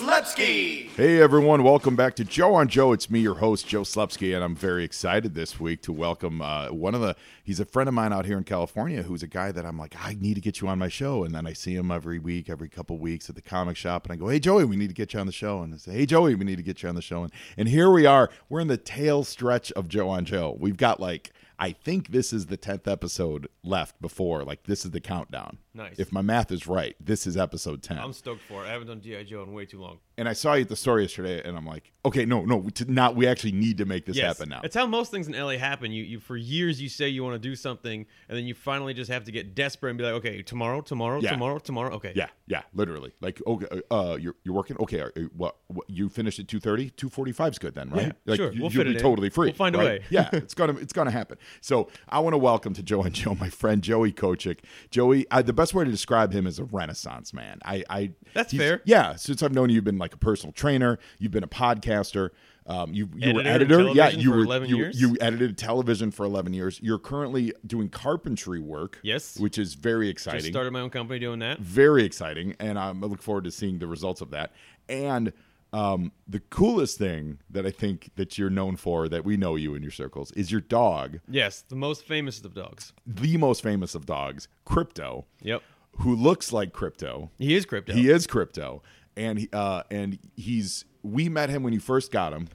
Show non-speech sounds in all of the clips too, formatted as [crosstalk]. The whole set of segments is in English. Slupsky. Hey everyone, welcome back to Joe on Joe. It's me, your host Joe Slepsky, and I'm very excited this week to welcome uh, one of the. He's a friend of mine out here in California, who's a guy that I'm like, I need to get you on my show, and then I see him every week, every couple weeks at the comic shop, and I go, Hey Joey, we need to get you on the show, and I say, Hey Joey, we need to get you on the show, and and here we are. We're in the tail stretch of Joe on Joe. We've got like. I think this is the 10th episode left before. Like, this is the countdown. Nice. If my math is right, this is episode 10 I'm stoked for it. I haven't done GI Joe in way too long. and I saw you at the store yesterday, and I'm like, okay, no, no, we- to not. We actually need to make this Yes, happen now. It's how most things in LA happen. You, you for years you say you want to do something, and then you finally just have to get desperate and be like, okay, tomorrow, tomorrow, Yeah. tomorrow, tomorrow. Okay, yeah, yeah, literally. Like, okay, uh, you're you're working. Okay, are, what, what you finished at 2:30? 2:45 is good then, right? Yeah, like, sure, You, we'll will fit be it in. totally free. We'll find a right? way. [laughs] yeah, it's gonna it's gonna happen. So I want to welcome to Joe and Joe my friend Joey Kochick. Joey, I, the best way to describe him is a Renaissance man. I, I That's he's- fair. Yeah, since I've known you, you've been like a personal trainer. You've been a podcaster. Um, you you were Editor editor. of Yeah, television you for were 11 you, years. you edited television for 11 years. You're currently doing carpentry work. Yes. Which is very Just exciting. started my own company doing that. very exciting. And um, I look forward to seeing the results of that. And um, the coolest thing that I think that you're known for that we know you in your circles is your dog, Yes, the most famous of dogs. the most famous of dogs, Crypto, Yep, who looks like Crypto. he is crypto. He is Crypto. And he, uh, and he's we met him when you first got him.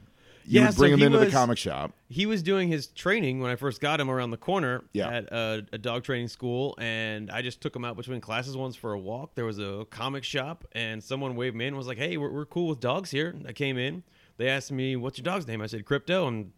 You Yeah, would bring so him he into the was- comic shop. he was doing his training when I first got him around the corner Yeah. at a, a dog training school, and I just took him out between classes once for a walk. There was a comic shop, and someone waved me in and was like, "Hey, we're, we're cool with dogs here." I came in. They asked me, "What's your dog's name?" I said, "Crypto," and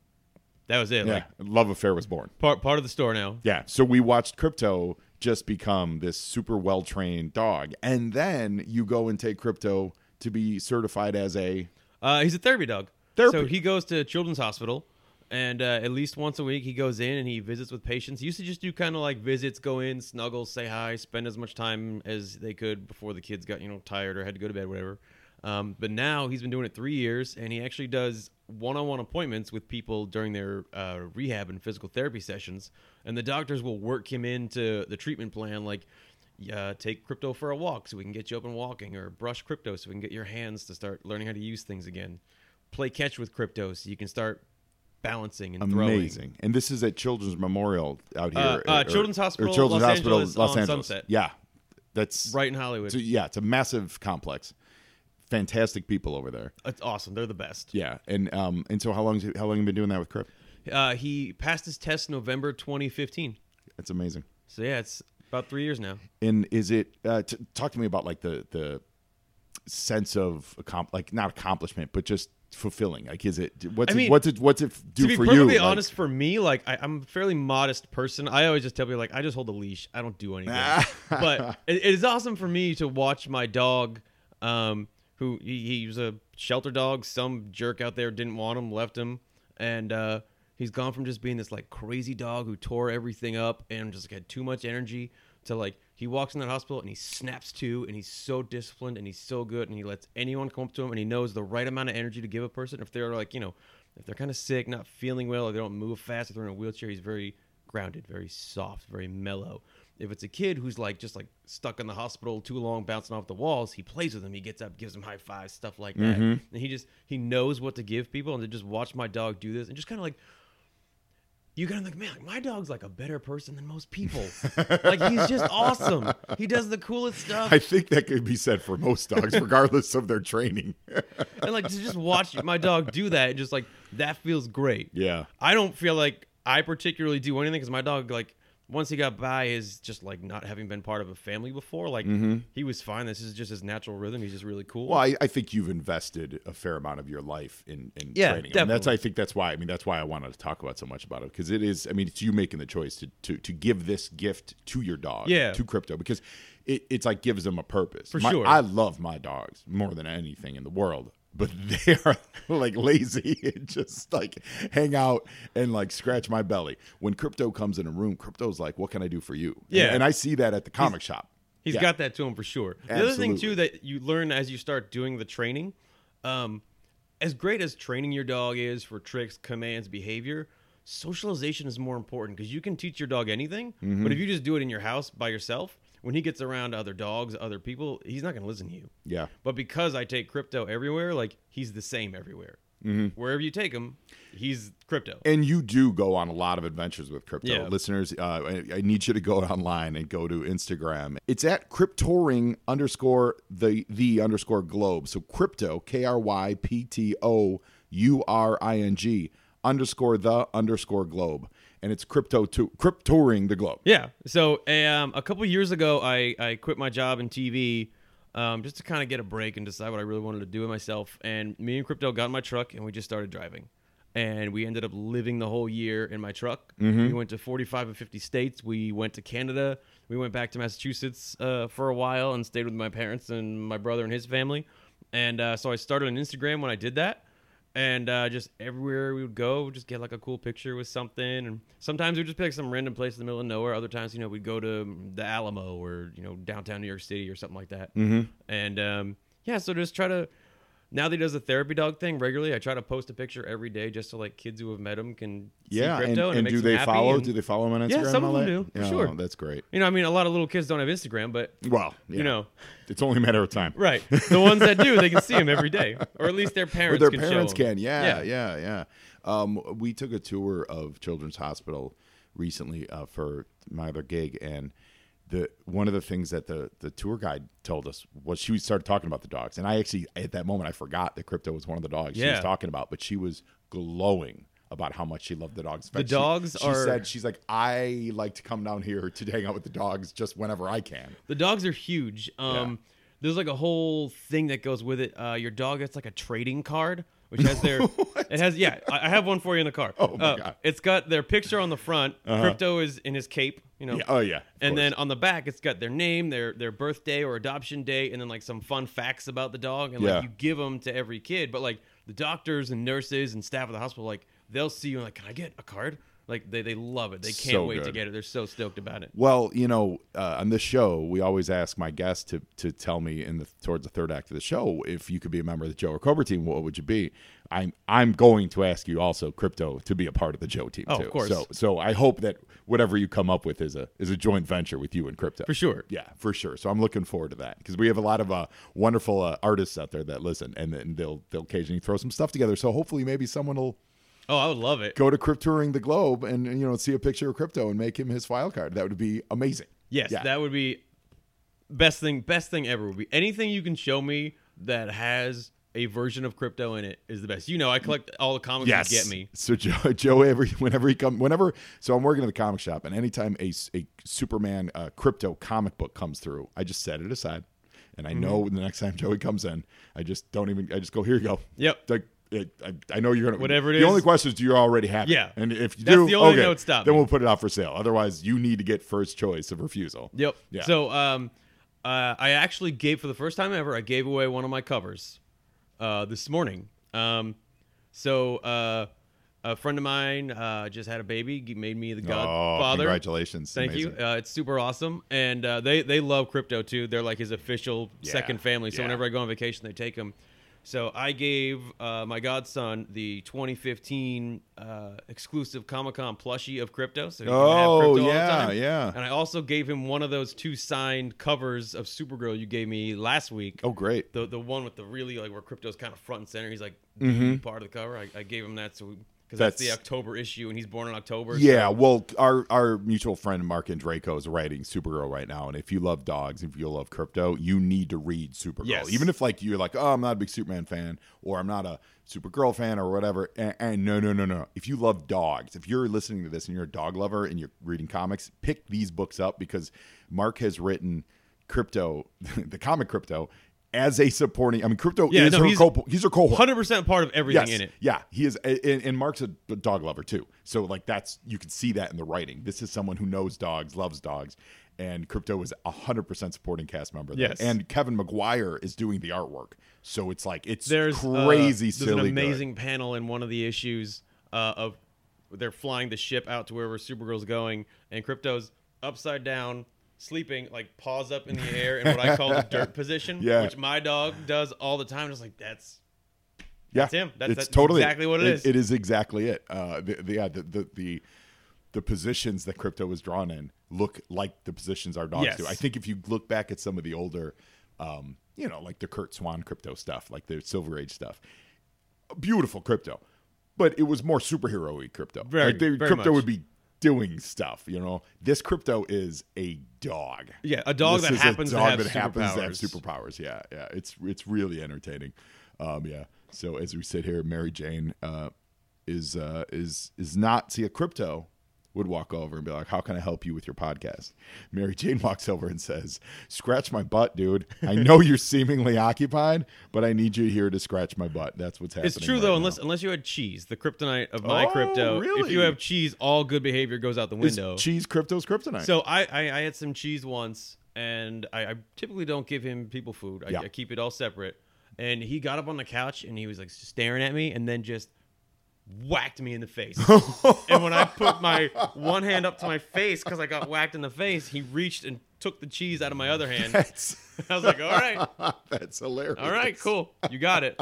that was it. Yeah, Like love affair was born. part part of the store now. Yeah. So we watched Crypto just become this super well trained dog. And then you go and take Crypto to be certified as a. Uh, he's a therapy dog. Therapy. So he goes to Children's Hospital, and uh, at least once a week he goes in and he visits with patients. He used to just do kind of like visits, go in, snuggle, say hi, spend as much time as they could before the kids got you know tired or had to go to bed, whatever. Um, but now he's been doing it three years, and he actually does one-on-one appointments with people during their uh, rehab and physical therapy sessions. And the doctors will work him into the treatment plan, like uh, take crypto for a walk so we can get you up and walking, or brush crypto so we can get your hands to start learning how to use things again. Play catch with crypto so you can start balancing and throwing. Amazing. And this is at Children's Memorial out here. Uh, uh, Children's Hospital, Los Angeles on Sunset. Yeah. That's. Right in Hollywood. So, yeah, it's a massive complex. Fantastic people over there. it's awesome. They're the best. Yeah. And um and so how long how long have you been doing that with Crypt? Uh, he passed his test November 2015. That's amazing. So yeah, it's about three years now. And is it uh, t- talk to me about like the the sense of accom- like not accomplishment, but just fulfilling? Like, is it what's I it, mean, what's it what's it do to be for perfectly you? Like, honest, for me, like I, I'm a fairly modest person. I always just tell people like I just hold a leash. I don't do anything. [laughs] but it, it is awesome for me to watch my dog, um, who he, he was a shelter dog. Some jerk out there didn't want him, left him, and uh, he's gone from just being this like crazy dog who tore everything up and just had too much energy to like he walks in that hospital and he snaps to and he's so disciplined and he's so good and he lets anyone come up to him and he knows the right amount of energy to give a person if they're like you know if they're kind of sick not feeling well or they don't move fast if they're in a wheelchair he's very grounded very soft very mellow if it's a kid who's like just like stuck in the hospital too long bouncing off the walls he plays with him he gets up gives him high fives stuff like that and he just he knows what to give people and to just watch my dog do this and just kind of like you gotta like, man, like, my dog's like a better person than [laughs] most people. like he's just awesome. He does the coolest [laughs] stuff. I think that could be said for most dogs, regardless of their [laughs] training. and like to just watch my dog do that and just like that feels great. Yeah. I don't feel like I particularly do anything because my dog like once he got by is just like not having been part of a family before. Like Mm-hmm. he was fine. This is just his natural rhythm. He's just really cool. Well, I, I think you've invested a fair amount of your life in, in Yeah, training. And that's definitely. I think that's why I mean that's why I wanted to talk about so much about it because it is I mean it's you making the choice to to, to give this gift to your dog Yeah. to crypto because it, it's like gives them a purpose. For sure. I love my dogs more than anything in the world. But [laughs] they are like lazy [laughs] and just like hang out and like scratch my belly. When crypto comes in a room, crypto's like, "What can I do for you?" And- Yeah. and, I see that at the comic shop. He's Yeah. got that to him for sure. The other thing too Absolutely. that you learn as you start doing the training, um, as great as training your dog is for tricks, commands, behavior, Mm-hmm. socialization is more important because you can teach your dog anything. But if you just do it in your house by yourself, when he gets around other dogs, other people, he's not going to listen to you. Yeah. But because I take crypto everywhere, like he's the same everywhere. Mm-hmm. Wherever you take him, he's crypto. And you do go on a lot of adventures with crypto. Yeah. Listeners, uh, I, I need you to go [laughs] online and go to Instagram. It's at cryptoring underscore the the underscore globe. So crypto, K R Y P T O U R I N G underscore the underscore globe. And it's crypto to cryptoring the globe. Yeah. So um, a couple years ago, I, I quit my job in TV um, just to kind of get a break and decide what I really wanted to do with myself. And me and Crypto got in my truck and we just started driving. And we ended up living the whole year in my truck. We went to 45 and 50 states. We went to Canada. We went back to Massachusetts uh, for a while and stayed with my parents and my brother and his family. And uh, so I started on Instagram when I did that and uh, just everywhere we would go, we'd just get like a cool picture with something. And sometimes we'd just pick some random place in the middle of nowhere. Other times, you know, we'd go to the Alamo or you know downtown New York City or something like that. Mm-hmm. And um, yeah, so just try to. Now that he does the therapy dog thing regularly, I try to post a picture every day just so like kids who have met him can Yeah. see And, crypto and, it and makes do them they happy follow? and- do they follow him on Instagram? Yeah, some and of all them that? do, for Yeah, sure. That's great. You know, I mean, a lot of little kids don't have [laughs] Instagram, but Well, yeah. you know, it's only a matter of time. right? The ones that do, they can see him every day, or at least their parents. Or can their show parents 'em. can. Yeah, yeah, yeah. Um, we took a tour of Children's Hospital recently uh, for my other gig, and the one of the things that the the tour guide told us was she started talking about the dogs, and I actually at that moment I forgot that Crypto was one of the dogs she was Yeah. talking about, but she was glowing. About how much she loved the dogs. In fact, she- dogs she are- said she's like, I like to come down here to hang out with the dogs just whenever I can. The dogs are huge. Um, There's like a whole thing that goes with it. Uh, your dog gets like a trading card, which [laughs] has their. it has yeah. I, I have one for you in the car. Oh my God. Uh-huh. It's got their picture on the front. Crypto is in his cape. You know. Yeah, oh yeah. of And course. then on the back, it's got their name, their their birthday or adoption date, and then like some fun facts about the dog. And like Yeah. you give them to every kid, but like the doctors and nurses and staff of the hospital, like they'll see you and like, can I get a card? Like they, they love it. They can't So wait to good. get it. They're so stoked about it. Well, you know, uh, on this show, we always ask my guests to to tell me in the towards the third act of the show if you could be a member of the Joe or Cobra team, what would you be? I'm I'm going to ask you also crypto to be a part of the Joe team Oh, too. of course. So so I hope that whatever you come up with is a is a joint venture with you and crypto. For sure. Yeah, for sure. So I'm looking forward to that because we have a lot of uh, wonderful uh, artists out there that listen and then they'll they'll occasionally throw some stuff together. So hopefully maybe someone will Oh, I would love it. go to cryptouring the globe and you know see a picture of crypto and make him his file card. That would be amazing. Yes, Yeah. that would be best thing. Best thing ever would be anything you can show me that has a version of crypto in it is the best. You know, I collect all the comics yes. you get me. So Joe, [laughs] Joe every whenever he come whenever so I'm working at the comic shop and anytime a, s- a Superman uh, crypto comic book comes through, I just set it aside. And I know Mm-hmm. the next time Joey comes in, I just don't even. I just go here. You go. Yep. Like it, I, I know you're gonna Whatever it the is. only question is, do you already have it? Yeah. And if you That's do, the only okay, note stopping. Then we'll put it out for sale. Otherwise, you need to get first choice of refusal. Yep. Yeah. So, um, uh, I actually gave for the first time ever. I gave away one of my covers uh, this morning. Um, so uh, a friend of mine uh, just had a baby. He made me the oh, godfather. congratulations! Thank Amazing. you. Uh, it's super awesome, and uh, they they love crypto too. They're like his official Yeah, second family. So yeah. whenever I go on vacation, they take him. So I gave uh, my godson the 2015 uh, exclusive Comic Con plushie of crypto. So he can Oh, have crypto all yeah, the time. yeah. And I also gave him one of those two signed covers of Supergirl you gave me last week. Oh, great. The the one with the really like where crypto's kind of front and center. He's like part of the cover. I, I gave him that so because that's, the Mm-hmm. That's- October issue, and he's born in October. Yeah, well, our our mutual friend Mark and Draco is writing Supergirl right now, and if you love dogs, if you love crypto, you need to read Supergirl. Yes. Even if like you're like, oh, I'm not a big Superman fan, or I'm not a Supergirl fan, or whatever. And, and no, no, no, no. If you love dogs, if you're listening to this and you're a dog lover and you're reading comics, pick these books up because Mark has written crypto, [laughs] the comic crypto. As a supporting, I mean, crypto Yeah, is no, her he's- co- he's her cohort. 100% part of everything Yes. in it. Yeah, he is, a- and, and Mark's a d- dog lover too. So like that's you can see that in the writing. This is someone who knows dogs, loves dogs, and Crypto is a hundred percent supporting cast member. there. Yes. and Kevin McGuire is doing the artwork. So it's like it's there's uh, crazy, there's silly, an good. amazing panel in one of the issues uh, of they're flying the ship out to wherever Supergirl's going, and Crypto's upside down, sleeping, like paws up in the air in what I call the [laughs] dirt position, Yeah. which my dog does all the time. Just like that's Yeah, That's him. That's- it's that's totally exactly what it it is. It is exactly it. Uh, the, the, yeah, the, the the the positions that crypto was drawn in look like the positions our dogs Yes. do. I think if you look back at some of the older, um, you know, like the Kurt Swan crypto stuff, like the Silver Age stuff, beautiful crypto, but it was more superhero y crypto. Very- like the very crypto much. would be doing stuff, you know. This crypto is a dog. Yeah, a dog This that is happens a to dog have that happens to have superpowers. superpowers. Yeah, yeah. It's it's really entertaining. Um, yeah. So as we sit here, Mary Jane uh, is uh, is is not see a crypto would walk over and be like, "How can I help you with your podcast?" Mary Jane [laughs] walks over and says, "Scratch my butt, dude. I [laughs] know you're seemingly occupied, but I need you here to scratch my butt. That's what's happening." It's true right though, now. unless unless you had cheese, the kryptonite of my Oh, crypto. If really? you have cheese, all good behavior goes out the It's window. cheese crypto's kryptonite. [laughs] So I, I I had some cheese once, and I, I typically don't give him people food. I, Yeah. I keep it all separate. And he got up on the couch and he was like staring at me, and then just whacked me in the face. and when I put my one hand up to my face because I got whacked in the face, he reached and took the cheese out of my other [laughs] hand. that's [laughs] I was like, all right, that's hilarious. all right, cool, you got it.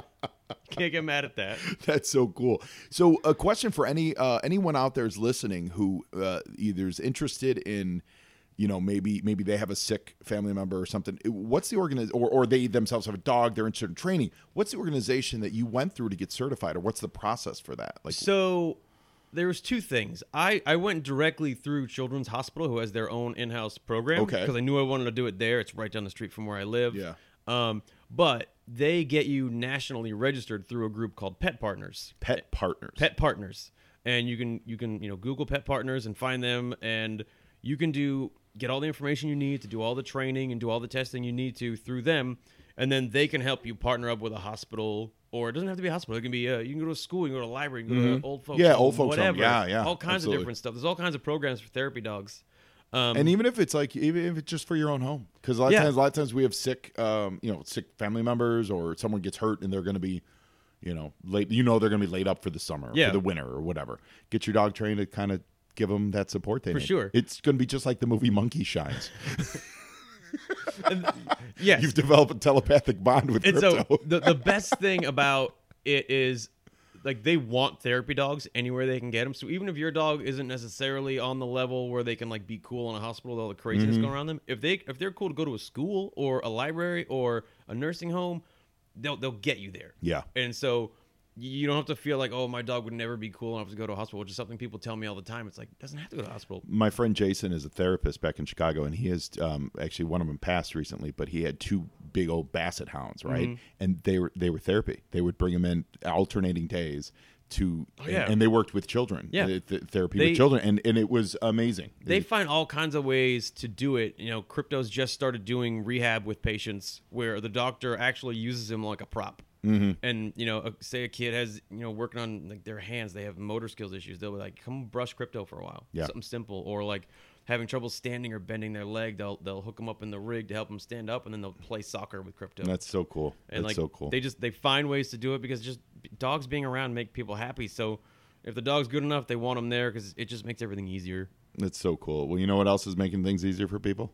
Can't get mad at that. [laughs] That's so cool. So, a question for any uh, anyone out there is listening who uh, either is interested in, you know, maybe maybe they have a sick family member or something. What's the organization, or or they themselves have a dog? They're interested in training. What's the organization that you went through to get certified, or what's the process for that? Like, So there was two things. I, I went directly through Children's Hospital, who has their own in-house program. Okay. Because I knew I wanted to do it there. It's right down the street from where I live. Yeah. Um, but they get you nationally registered through a group called Pet Partners. pet partners. Pet Partners, and you can you can you know Google Pet Partners and find them, and you can do get all the information you need to do all the training and do all the testing you need to through them, and then they can help you partner up with a hospital. Or it doesn't have to be a hospital. It can be a, you can go to a school, you can go to a library, you can go to old folks, Mm-hmm. Yeah, home, old folks home. whatever. Yeah, yeah, all kinds absolutely. of different stuff. There's all kinds of programs for therapy dogs. [laughs] Um, and even if it's like even if it's just for your own home because a lot of Yeah. times a lot of times we have sick um you know sick family members or someone gets hurt and they're going to be you know late you know they're going to be laid up for the summer Yeah. for the winter or whatever get your dog trained to kind of give them that support they for need sure. it's going to be just like the movie monkey shines [laughs] yes, you've developed a telepathic bond with And crypto so the, the best thing about it is like they want therapy dogs anywhere they can get them. So even if your dog isn't necessarily on the level where they can like be cool in a hospital with all the craziness Mm-hmm. going around them, if they if they're cool to go to a school or a library or a nursing home, they'll they'll get you there. [laughs] yeah And so you don't have to feel like oh my dog would never be cool enough to go to a hospital, which is something people tell me all the time. It's like doesn't have to go to a hospital. my friend Jason is a therapist back in Chicago, and he has um, actually one of them passed recently, but he had two big old Basset hounds, right? Mm-hmm. And they were they were therapy. They would bring them in alternating days to, Oh, yeah. and, and they worked with children, Yeah. th- th- therapy They- with children, and and it was amazing. they find all kinds of ways to do it. You know, crypto's just started doing rehab with patients where the doctor actually uses him like a prop. Mm-hmm. And you know, a, say a kid has you know working on like their hands, they have motor skills issues. They'll be like, "Come brush crypto for a while." Yeah. something simple, or like having trouble standing or bending their leg, they'll they'll hook them up in the rig to help them stand up, and then they'll play soccer with crypto. that's so cool. and that's like so cool. they just they find ways to do it because just dogs being around make people happy. So if the dog's good enough, they want them there because it just makes everything easier. That's so cool. Well, you know what else is making things easier for people?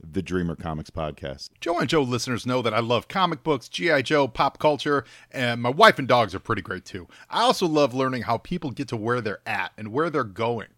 The Dreamer Comics podcast. Joe and Joe listeners know that I love comic books, G.I. Joe, pop culture, and my wife and dogs are pretty great too. I also love learning how people get to where they're at and where they're going.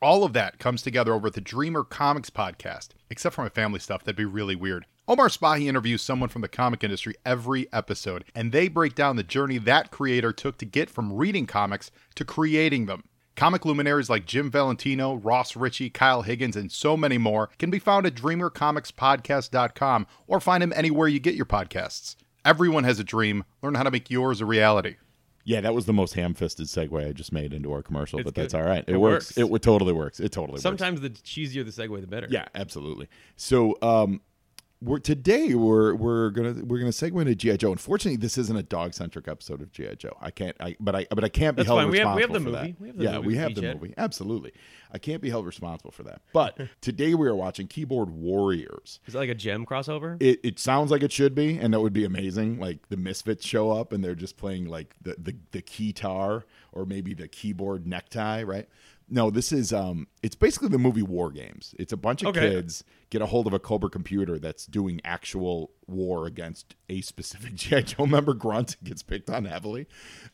All of that comes together over at the Dreamer Comics podcast, except for my family stuff, that'd be really weird. Omar Spahi interviews someone from the comic industry every episode, and they break down the journey that creator took to get from reading comics to creating them. Comic luminaries like Jim Valentino, Ross Ritchie, Kyle Higgins, and so many more can be found at dreamercomicspodcast.com or find them anywhere you get your podcasts. Everyone has a dream. Learn how to make yours a reality. Yeah, that was the most ham-fisted segue I just made into our commercial, but that's good. all right. It, It works. works. It, it totally works. It totally works. Sometimes the cheesier the segue, the better. Yeah, absolutely. So um we're today we're we're gonna we're gonna segue into GI Joe. Unfortunately, this isn't a dog centric episode of GI Joe. I can't. I but I but I can't be That's held fine. We have- responsible we have for the that. movie. We have the yeah, movie, E we have the VJet. movie. Absolutely, I can't be held responsible for that. [laughs] But today we are watching Keyboard Warriors. Is it like a gem crossover? It, it sounds like it should be, and that would be amazing. Like the Misfits show up and they're just playing like the the, the keytar or maybe the keyboard necktie, right? No, this is um, it's basically the movie War Games. It's a bunch of Okay. kids get a hold of a Cobra computer that's doing actual [laughs] war against a specific GI Joe member. Grunt gets picked on heavily,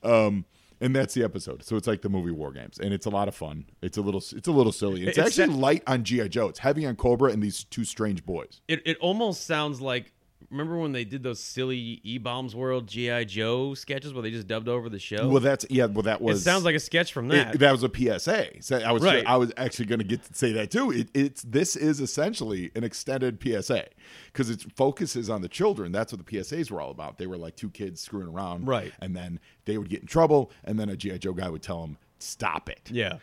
um, and that's the episode. So it's like the movie War Games, and it's a lot of fun. It's a little, it's a little silly. It's, It's actually that- light on GI Joe. It's heavy on Cobra and these two strange boys. It it almost sounds like remember when they did those silly E Bombs World GI Joe sketches where they just dubbed over the show. Well, that's yeah. Well, that Oh. it was. sounds like a sketch from it- that. that. was a PSA. So I was Right. I was actually going to get to say that too. It, it's this is essentially an extended PSA because it focuses on the children. That's what the PSAs were all about. They were like two kids screwing around, Right. And then they would get in trouble, and then a GI Joe guy would tell them, "Stop it." yeah.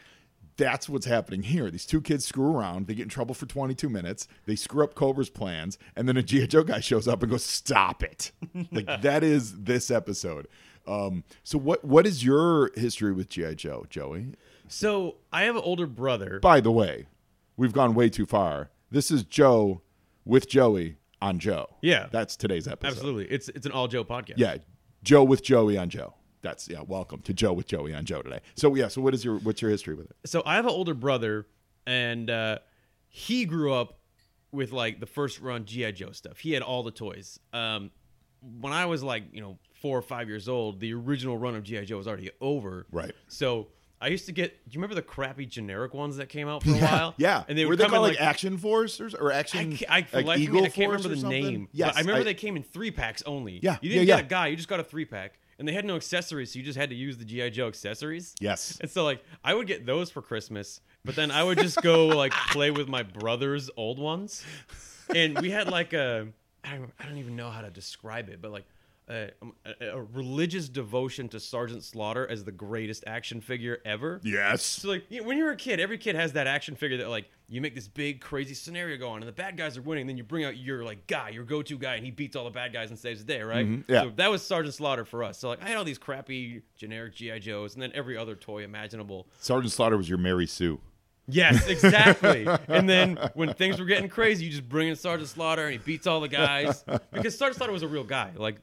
That's what's happening here. These two kids screw around. They get in trouble for 22 minutes. They screw up Cobra's plans, and then a GI Joe guy shows up and goes, "Stop [laughs] it!" like that is this episode. Um, so what what is your history with GI Joe, Joey? So I have an older brother. By the way, we've gone way too far. This is Joe with Joey on Joe. Yeah. that's today's episode. Absolutely, it's it's an all Joe podcast. Yeah, Joe with Joey on Joe. That's yeah. Welcome to Joe with Joey on Joe today. So yeah. So what is your what's your history with it? so I have an older brother, and uh, he grew up with like the first run GI Joe stuff. He had all the toys. Um, when I was like you know four or five years old, the original run of GI Joe was already over. Right. So I used to get. Do you remember the crappy generic ones that came out for a while? [laughs] Yeah, And they were would they come in called like. like, Action Force or, or I Action can't, I, for like life of me, Eagle I can't Force or remember the something? name. but Yes, I remember I- they came in three packs only. Yeah, you didn't yeah, get yeah. a guy; you just got a three pack, and they had no accessories, so you just had to use the GI Joe accessories. [laughs] Yes. And so like I would get those for Christmas, but then I would just go like play with my brother's old ones. And we had like a I don't, I don't even know how to describe it, but like a, a, a religious devotion to Sergeant Slaughter as the greatest action figure ever. Yes. So like you when you're a kid, every kid has that action figure that like you make this big crazy scenario go on, and the bad guys are winning. Then you bring out your like guy, your go-to guy, and he beats all the bad guys and saves the day, right? Mm-hmm. yeah. So that was Sergeant Slaughter for us. So like I had all these crappy generic GI Joes, and then every other toy imaginable. Sergeant Slaughter was your Mary Sue. [laughs] Yes, exactly. and then when things were getting crazy, you just bring in Sergeant Slaughter, and he beats all the guys because Sergeant Slaughter was a real guy. Like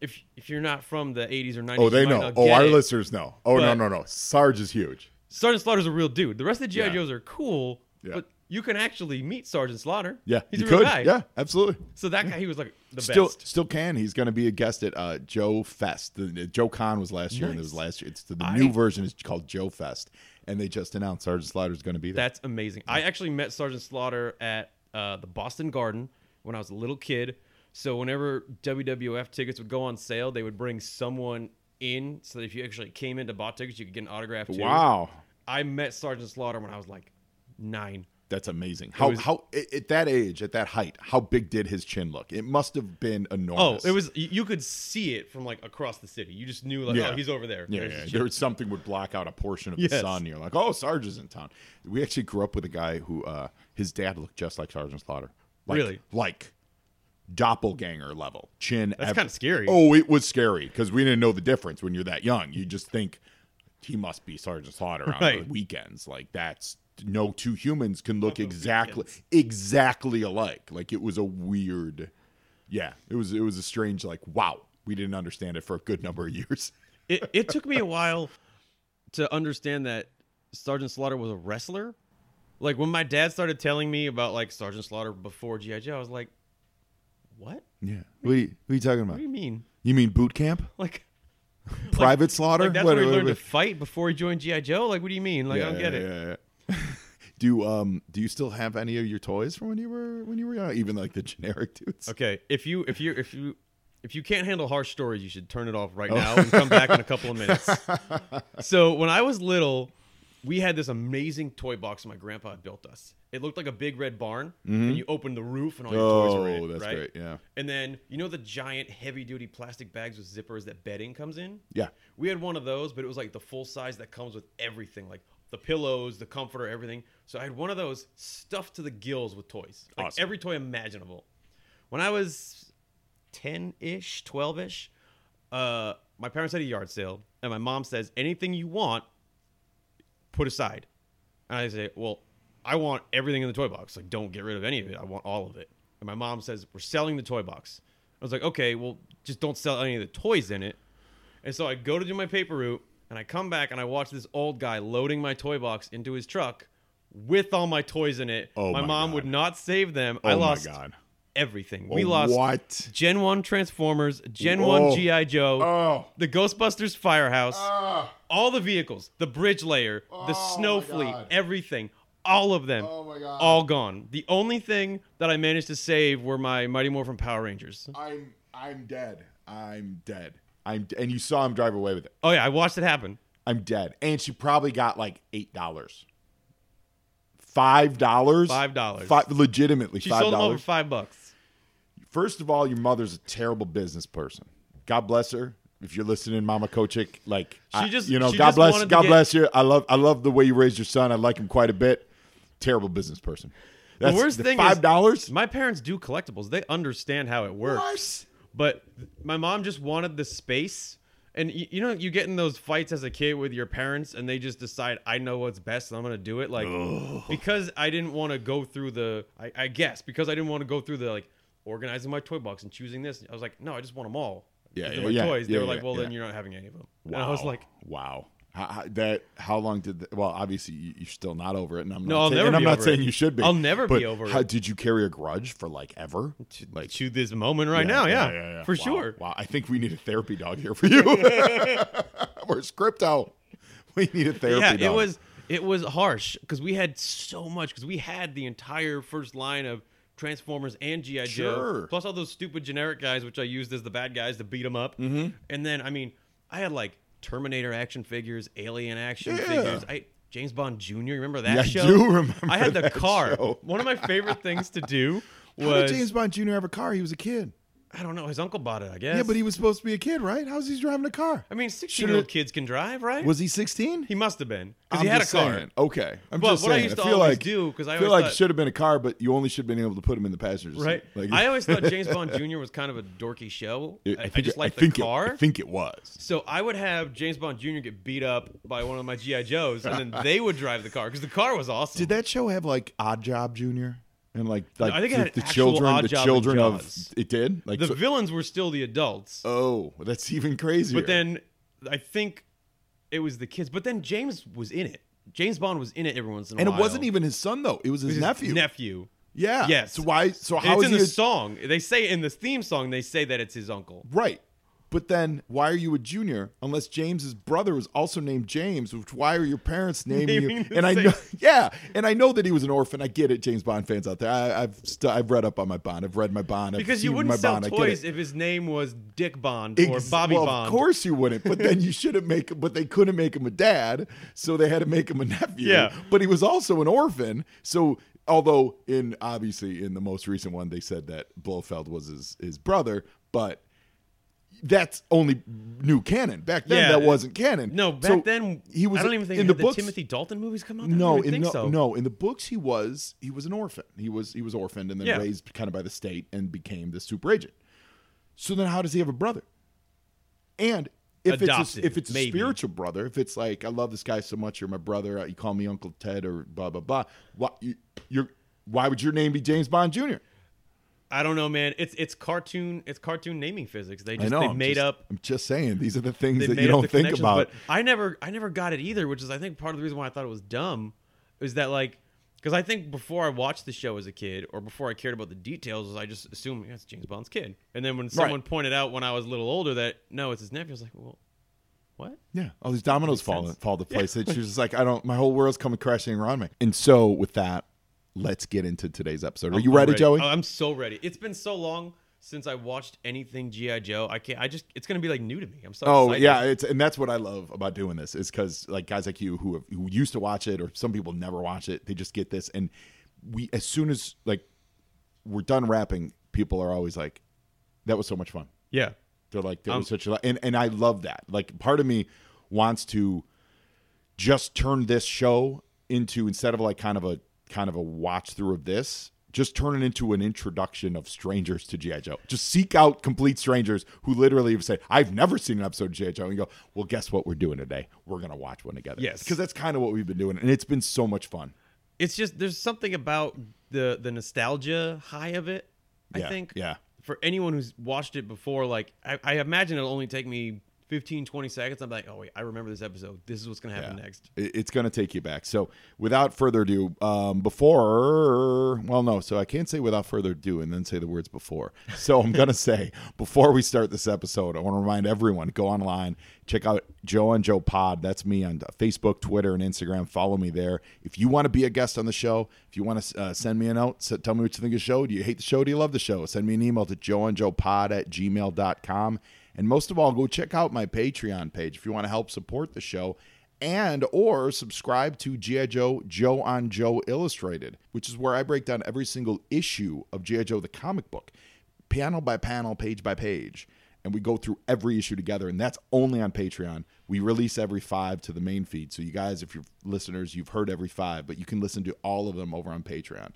if if you're not from the 80s or 90s, Oh, they you might know. not Oh, get our it. listeners know. Oh no, But- no, no. Sarge is huge. Sergeant Slaughter's a real dude. The rest of the GI Yeah. Joes are cool, Yeah. but you can actually meet Sergeant Slaughter. Yeah, he's you a real could. guy. Yeah, absolutely. So that guy, he was like the Still, best. still can. He's going to be a guest at uh, Joe Fest. The, the- Joe Con was last year, and it was Nice. last year. It's the, the I- new version is called Joe Fest, and they just announced Sergeant Slaughter is going to be there. That's amazing. I actually met Sergeant Slaughter at uh, the Boston Garden when I was a little kid. So whenever WWF tickets would go on sale, they would bring someone in so that if you actually came in to bought tickets, you could get an autograph too. wow, I met Sergeant Slaughter when I was like nine. that's amazing. How was- how at at that age, at that height, how big did his chin look? It must have been Oh, enormous. it was you- you could see it from like across the city. You just knew like, Yeah. oh, he's over there. Yeah, There's yeah. his there was something would block out a portion of the Yes. sun. You're like, oh, Sarge is in town. We actually grew up with a guy who uh, his dad looked just like Sergeant Slaughter. Like, Really? Like doppelganger level chin. That's ev- kinda scary. Oh, it was scary because we didn't know the difference when you're that young. You just think he must be Sergeant Slaughter on Right. the weekends. Like that's no two humans can look exactly exactly alike. Like it was a weird. Yeah, it was it was a strange like wow. We didn't understand it for a good number of years. it, it took me a while to understand that Sergeant Slaughter was a wrestler. Like when my dad started telling me about like Sergeant Slaughter before GI Joe, I was like, "What? Yeah. What are you, what are you talking What about? do you mean? You mean boot camp? Like, Private slaughter? like that's What- where he what- learned what- to fight before he joined GI Joe? Like, what do you mean? Like, I don't Yeah, get it. yeah, yeah, yeah. [laughs] do um do you still have any of your toys from when you were when you were young? Even like the generic [laughs] dudes. Okay, if you if you if you if you can't handle harsh stories, you should turn it off Oh. right now and come back in [laughs] a couple of minutes. so when I was little, we had this amazing toy box my grandpa had built us. It looked like a big red barn, and you opened the roof and all your toys were in. Mm-hmm. Oh, that's right? great, yeah. And then you know the giant heavy duty plastic bags with zippers that bedding comes in. Yeah. We had one of those, but it was like the full size that comes with everything, like the pillows, the comforter, everything. So I had one of those stuffed to the gills with toys, like Awesome. every toy imaginable. When I was 10 ish, 12 ish, uh, my parents had a yard sale, and my mom says, anything you want, put aside. And I say, well, I want everything in the toy box. Like, don't get rid of any of it. I want all of it. And my mom says, we're selling the toy box. I was like, okay, well, just don't sell any of the toys in it. And so I go to do my paper route, and I come back and I watch this old guy loading my toy box into his truck with all my toys in it. Oh my, my mom God. would not save them. Oh I my lost God. everything. We Oh, lost what? Gen 1 Transformers, Gen Whoa. 1 G.I. Joe, Oh. Ah. the Ghostbusters Firehouse, all the vehicles, the bridge layer, the snow fleet, Oh, God. everything, all of them, Oh, my God. all gone. The only thing that I managed to save were my Mighty Morphin Power Rangers. I'm I'm dead. I'm dead. I'm and you saw him drive away with it. Oh, yeah, I watched it happen. I'm dead. And she probably got like eight dollars. Five dollars? Five dollars. Five legitimately She five sold them over dollars. five bucks. First of all, your mother's a terrible business person. God bless her. If you're listening, Mama Kochik, like she just- you know, she God just bless wanted to God get- bless you. I love I love the way you raised your son. I like him quite a bit. Terrible business person. That's worst thing is- five dollars? My parents do collectibles. They understand how it works. But my mom just wanted the space. And you, you know, you get in those fights as a kid with your parents, and they just decide, I know what's best, and I'm gonna do it. Like because I didn't want to go through the, I, I guess because I didn't want to go through the like organizing my toy box and choosing this. I was like, no, I just want them all. Yeah, They're yeah, my yeah, toys. yeah, they were yeah, like, well, then yeah. you're not having any of them. And I was like, wow. How, how- that how long did that, well obviously you- you're still not over it and I'm No, not I'll saying, never and I'm be not over saying it. you should be I'll never be but over how, it. did you carry a grudge for like ever like to this moment right now, yeah, for Wow. sure. wow I think we need a therapy dog here for you [laughs] where's crypto we need a therapy yeah, dog it was it was harsh because we had so much because we had the entire first line of Transformers and GI Sure. Joe, plus all those stupid generic guys which I used as the bad guys to beat them up. Mm-hmm. And then I mean, I had like Terminator action figures, Alien action Yeah. figures. I James Bond Jr. Remember that Yeah, I show? do remember I had the that car. show. One of my favorite things to do [laughs] how did was James Bond Jr. have a car he was a kid I don't know. His uncle bought it, I guess. yeah but he was supposed to be a kid right how's he driving a car I mean, sixteen-year-old Should've- kids can drive, right? was he 16 he must have been because he had a car. Okay, I'm But just what I saying. used to feel always like, do, 'cause I feel always like thought- it should have been a car, but you only should have been able to put him in the passenger seat. Right. Like, [laughs] I always thought James Bond Jr. was kind of a dorky show. I, I just like the think car. It, I think it was. so I would have James Bond Jr. get beat up by one of my GI Joes, and then they would drive the car because the car was awesome. Did that show have like Odd Job Junior and like like I think it the, had the actual children, Odd the Job and children of Jaws. it did like the so- villains were still the adults, oh that's even crazier. but then I think it was the kids. But then James was in it. James Bond was in it every once in a and while. it wasn't even his son though; it was his, His nephew. Nephew. yeah. Yes. So why? So And how it's is in the he a- song. They say in the theme song they say that it's his uncle. right? But then, why are you a junior unless James's brother was also named James? Which why are your parents naming, you? Naming the And I same- know, [laughs] yeah, and I know that he was an orphan. I get it, James Bond fans out there. I, I've st- I've read up on my Bond. I've read my Bond. I've Because you seen wouldn't my sell Bond. I get toys it. if his name was Dick Bond Ex- or Bobby well, Bond. Of course you wouldn't. But then [laughs] you shouldn't make. But they couldn't make him a dad, so they had to make him a nephew. Yeah. But he was also an orphan. So although in obviously in the most recent one they said that Blofeld was his his brother, but that's only new canon. Back then Yeah. that wasn't canon. No, back So then he was I don't even think in the had the, books. Timothy Dalton movies come out. I no, don't even in, think no, so. no. In the books, he was he was an orphan. He was he was orphaned and then Yeah. raised kind of by the state and became the super agent. So then, how does he have a brother? And if it's a, Adopted, if it's a maybe. spiritual brother, if it's like I love this guy so much, you're my brother. uh, You call me Uncle Ted or blah blah blah. Why you, you're why would your name be James Bond Jr.? I don't know, man. It's it's cartoon. It's cartoon naming physics. They I just know. they I'm made just- up. [laughs] I'm just saying these are the things They that made you up don't the think connections, about. But I never I never got it either, which is I think part of the reason why I thought it was dumb, is that like because I think before I watched the show as a kid or before I cared about the details, was I just assumed yeah, it's James Bond's kid. And then when someone pointed out when I was a little older that no, it's his nephew, I was like, well, what? Yeah, all these dominoes fall sense. fall to place. [laughs] It's just like I don't. My whole world's coming crashing around me. And so, with that, let's get into today's episode. Are you I'm ready, Joey? Oh, I'm so ready. It's been so long since I watched anything GI Joe. I can't. I just. It's gonna be like new to me. I'm so. oh excited. yeah, it's and that's what I love about doing this is because like guys like you who have, who used to watch it or some people never watch it, they just get this. And we as soon as like we're done rapping, people are always like, "That was so much fun." Yeah. They're like, Um, there was such a lot. And, and I love that. Like, part of me wants to just turn this show into, instead of like kind of a, kind of a watch through of this, just turn it into an introduction of strangers to G.I. Joe. Just seek out complete strangers who literally have said, I've never seen an episode of G.I. Joe. And go, well, guess what we're doing today? We're going to watch one together. Yes. Because that's kind of what we've been doing. And it's been so much fun. It's just there's something about the the nostalgia high of it. I Yeah, think. yeah. For anyone who's watched it before, like I, I imagine it'll only take me 15, 20 seconds, I'm like, oh wait, I remember this episode. This is what's gonna happen next. It- It's going to take you back. So, without further ado, um, before, well, no, so I can't say without further ado and then say the words before. So, I'm going to [laughs] say before we start this episode, I want to remind everyone go online, check out Joe and Joe Pod. That's me on uh, Facebook, Twitter, and Instagram. Follow me there. If you want to be a guest on the show, if you want to uh, send me a note, s- tell me what you think of the show. Do you hate the show? Do you love the show? Send me an email to joeandjoepod at gmail.com. And most of all, go check out my Patreon page if you want to help support the show and or subscribe to GI Joe Joe on Joe Illustrated, which is where I break down every single issue of GI Joe the comic book, panel by panel, page by page, and we go through every issue together. And that's only on Patreon. We release every five to the main feed, so you guys, if you're listeners, you've heard every five, but you can listen to all of them over on Patreon.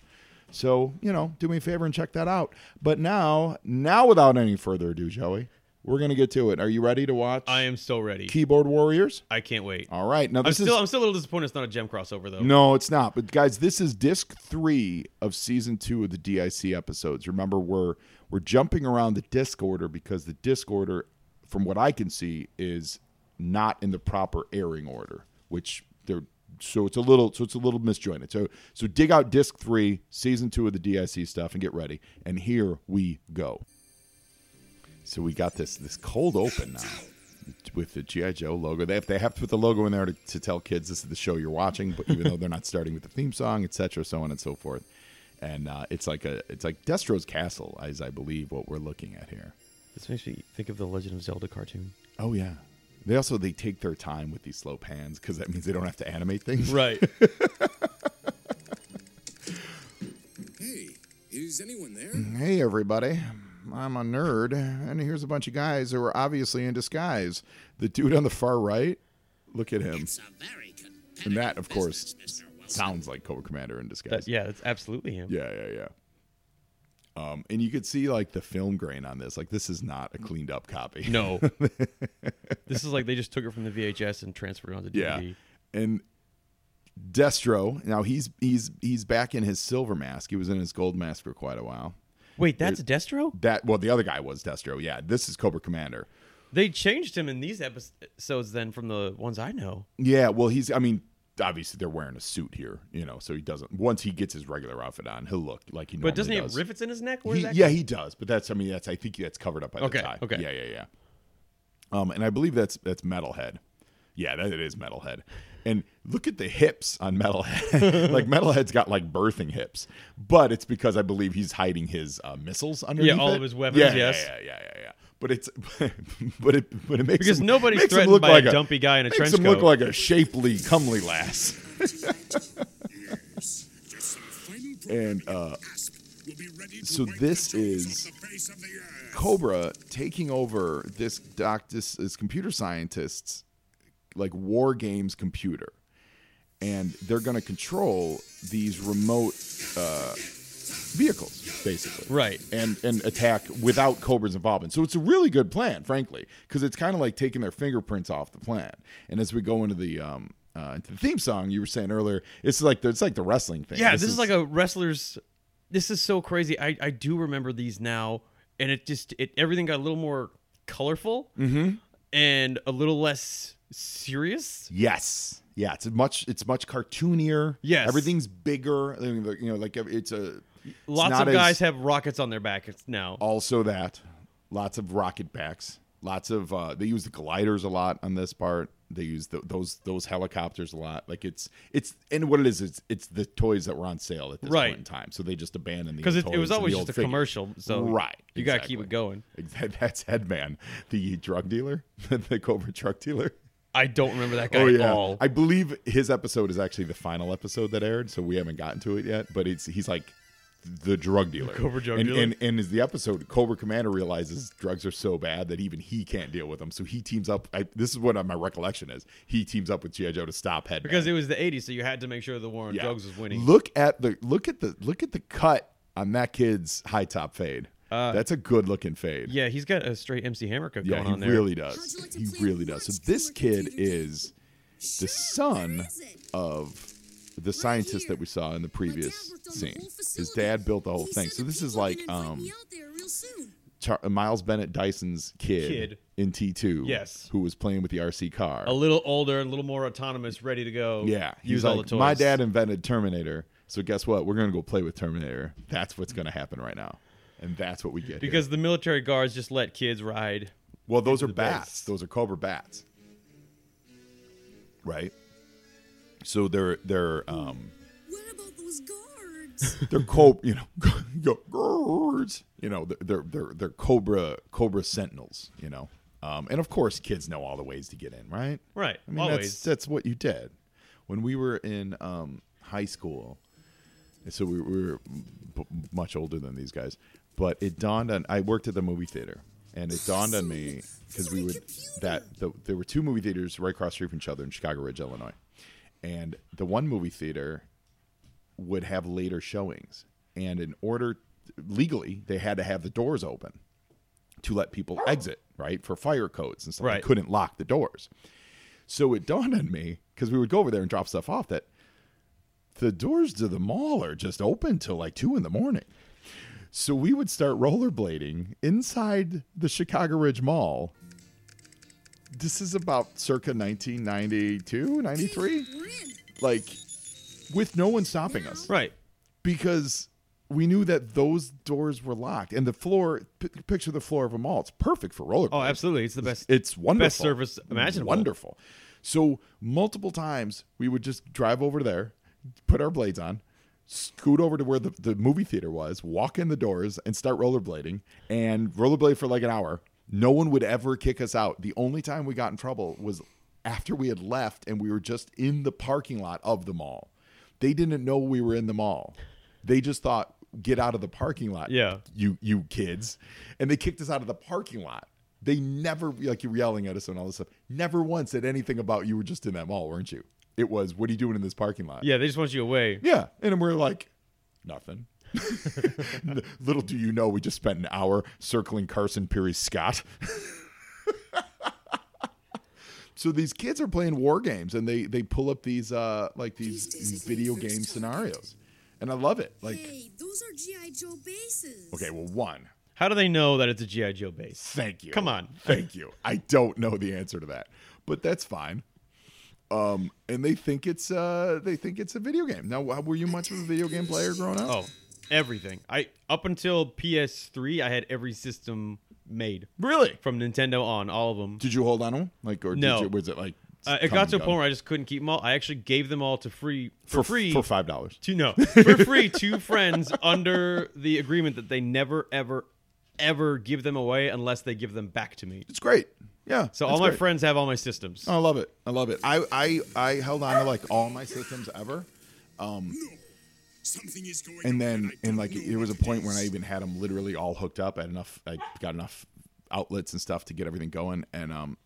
So you know, do me a favor and check that out. But now, now without any further ado, Joey, we're gonna get to it. Are you ready to watch I am so ready. Keyboard Warriors? I can't wait. All right. Now I'm this still is I'm still a little disappointed it's not a gem crossover though. no, it's not. But guys, this is disc three of season two of the DIC episodes. Remember, we're we're jumping around the disc order because the disc order, from what I can see, is not in the proper airing order. Which they're so it's a little so it's a little misjointed. So so dig out disc three, season two of the DIC stuff, and get ready. And here we go. So we got this this cold open now with the GI Joe logo. They have, they have to put the logo in there to, to tell kids this is the show you're watching, but even though they're not starting with the theme song, etc., so on and so forth. And uh, it's like a it's like Destro's castle, as I believe what we're looking at here. This makes me think of the Legend of Zelda cartoon. Oh yeah. They also they take their time with these slow pans because that means they don't have to animate things. Right. Hey, is anyone there? [laughs] Hey everybody. I'm a nerd, and here's a bunch of guys who are obviously in disguise. The dude on the far right, look at him. It's a very competitive And that, of course, business, Mr. Wilson. sounds like Cobra Commander in disguise. [laughs] That- yeah, that's absolutely him. Yeah, yeah, yeah. Um, and you could see like the film grain on this. Like this is not a cleaned up copy. No. this is like they just took it from the VHS and transferred it onto [laughs] Yeah. DVD. And Destro, now he's he's he's back in his silver mask. He was in his gold mask for quite a while. Wait, that's Destro? That well, the other guy was Destro. Yeah, this is Cobra Commander. They changed him in these episodes then from the ones I know. Yeah, well, he's. I mean, obviously they're wearing a suit here, you know. So he doesn't. Once he gets his regular outfit on, he'll look like he. But doesn't normally he does. have rivets in his neck? Where He- is that yeah, come- he does, but that's I mean that's I think that's covered up by Okay, the tie. okay. Yeah, yeah, yeah. Um, and I believe that's that's Metalhead. Yeah, that it is Metalhead. And look at the hips on [laughs] Metalhead. [laughs] like Metalhead's got like birthing hips, but it's because I believe he's hiding his uh, missiles underneath. all it. of his weapons, Yeah, yes. Yeah, yeah, yeah, yeah. But it's [laughs] but it but it makes Because him- nobody's makes him threatened look by a like dumpy guy in a makes trench him look coat. like a shapely, comely lass. [laughs] There's some final And, programming uh, at ASP. We'll be ready to so wipe this the Joes is off the face of the earth. Cobra taking over this doc this, this computer scientist's like war games computer, and they're going to control these remote uh, vehicles basically, Right. And and attack without Cobra's involvement. So it's a really good plan, frankly, because it's kind of like taking their fingerprints off the plan. And as we go into the um uh, into the theme song you were saying earlier, it's like the, it's like the wrestling thing. Yeah, this, is, like a wrestler's. This is so crazy. I, I do remember these now, and it just it everything got a little more colorful Mm-hmm. and a little less serious. Yes. Yeah, it's much it's much cartoonier. Yes. everything's bigger. I mean, like, You know, like it's a it's Lots not of as- Oh, guys have rockets on their back It's now. also that lots of rocket backs, lots of uh, they use the gliders a lot on this part. They use the, those those helicopters a lot. Like it's it's and what it is it's it's the toys that were on sale at this Right. point in time. So they just abandoned the Because it, toys it was and the always old just a figures. [laughs] commercial, so Right, you gotta keep exactly. it going. Exact- That's Headman, the drug dealer, [laughs] the Cobra truck dealer. I don't remember that guy Oh, at all. I believe his episode is actually the final episode that aired, so we haven't gotten to it yet. But it's he's like the drug dealer. Cobra drug and, dealer. And and is the episode Cobra Commander realizes drugs are so bad that even he can't deal with them. So he teams up. I, this is what my recollection is. He teams up with G.I. Joe to stop Headman. because it was the '80s, so you had to make sure the war on Yeah. drugs was winning. Look at the look at the look at the cut on that kid's high top fade. That's a good looking fade. Uh, Yeah, he's got a straight MC Hammer cut Yeah, going he on there. really How'd does. you like to He play really March does. So to this a kid computer? is the son of the scientist that we saw in the previous scene. His dad built the whole thing. So this is like um Char- Miles Bennett Dyson's kid, Kid. in T2. Yes. Who was playing with the RC car. a little older, a little more autonomous, ready to go. yeah. use He's all like, the toys. my dad invented Terminator. So guess what? We're going to go play with Terminator. That's what's going to happen right now. And that's what we get. here. because the military guards just let kids ride. well, those are the bats. base. Those are cobra bats. Right? So they're they're um What about those guards? [laughs] they're co you know [laughs] go "Grrrrrrrrrrrrrrrrrrrrrrrrrrrrrrrrrrrrrrrrrrrrr," you know they're- they're they're they're cobra cobra sentinels you know um, and of course kids know all the ways to get in right Right, I mean that's always. that's what you did when we were in um, high school so we, we were b- much older than these guys but it dawned on I worked at the movie theater and it dawned on me because we would that the, there were two movie theaters right across the street from each other in Chicago Ridge Illinois and the one movie theater would have later showings. And in order, legally, they had to have the doors open to let people exit, right? For fire codes and stuff. They Right. couldn't lock the doors. So it dawned on me, because we would go over there and drop stuff off, that the doors to the mall are just open till like two in the morning. So we would start rollerblading inside the Chicago Ridge Mall. This is about circa 1992, 93 We're in. like with no one stopping us Right. because we knew that those doors were locked and the floor p- picture the floor of a mall it's perfect for roller Oh, absolutely. It's the best. it's wonderful Best service imaginable. wonderful so multiple times we would just drive over there put our blades on scoot over to where the, the movie theater was walk in the doors and start rollerblading and rollerblade for like an hour no one would ever kick us out the only time we got in trouble was after we had left and we were just in the parking lot of the mall they didn't know we were in the mall they just thought get out of the parking lot Yeah. you you kids and they kicked us out of the parking lot they never like you were yelling at us and all this stuff never once said anything about you were just in that mall weren't you it was what are you doing in this parking lot Yeah, they just want you away. yeah and then we're like nothing [laughs] little do you know we just spent an hour circling carson peary scott [laughs] so these kids are playing war games and they they pull up these uh like these, These days these I think video first game time. scenarios and i love it like hey, those are GI Joe bases. okay well one How do they know that it's a GI Joe base? Thank you. Come on. Thank you. I don't know the answer to that, but that's fine. Um, and they think it's uh, they think it's a video game. Now, wh- were you much of a video game player growing up? Oh, everything. I up until PS3, I had every system made really? from Nintendo on, all of them. Did you hold on to them? Like, or No. did you, was it like? Uh, it got to a point where I just couldn't keep them all. I actually gave them all to free for, free for five dollars. to [laughs] no for free to friends under the agreement that they never ever ever give them away unless they give them back to me. It's great. Yeah. So it's all my great. Oh. friends have all my systems. I love it. I love it. I I I held on to like all my systems ever. No, something is going and on. then I and don't like know there was a what it point when I is. even had them literally all hooked up. I had enough. I got enough outlets and stuff to get everything going, and um,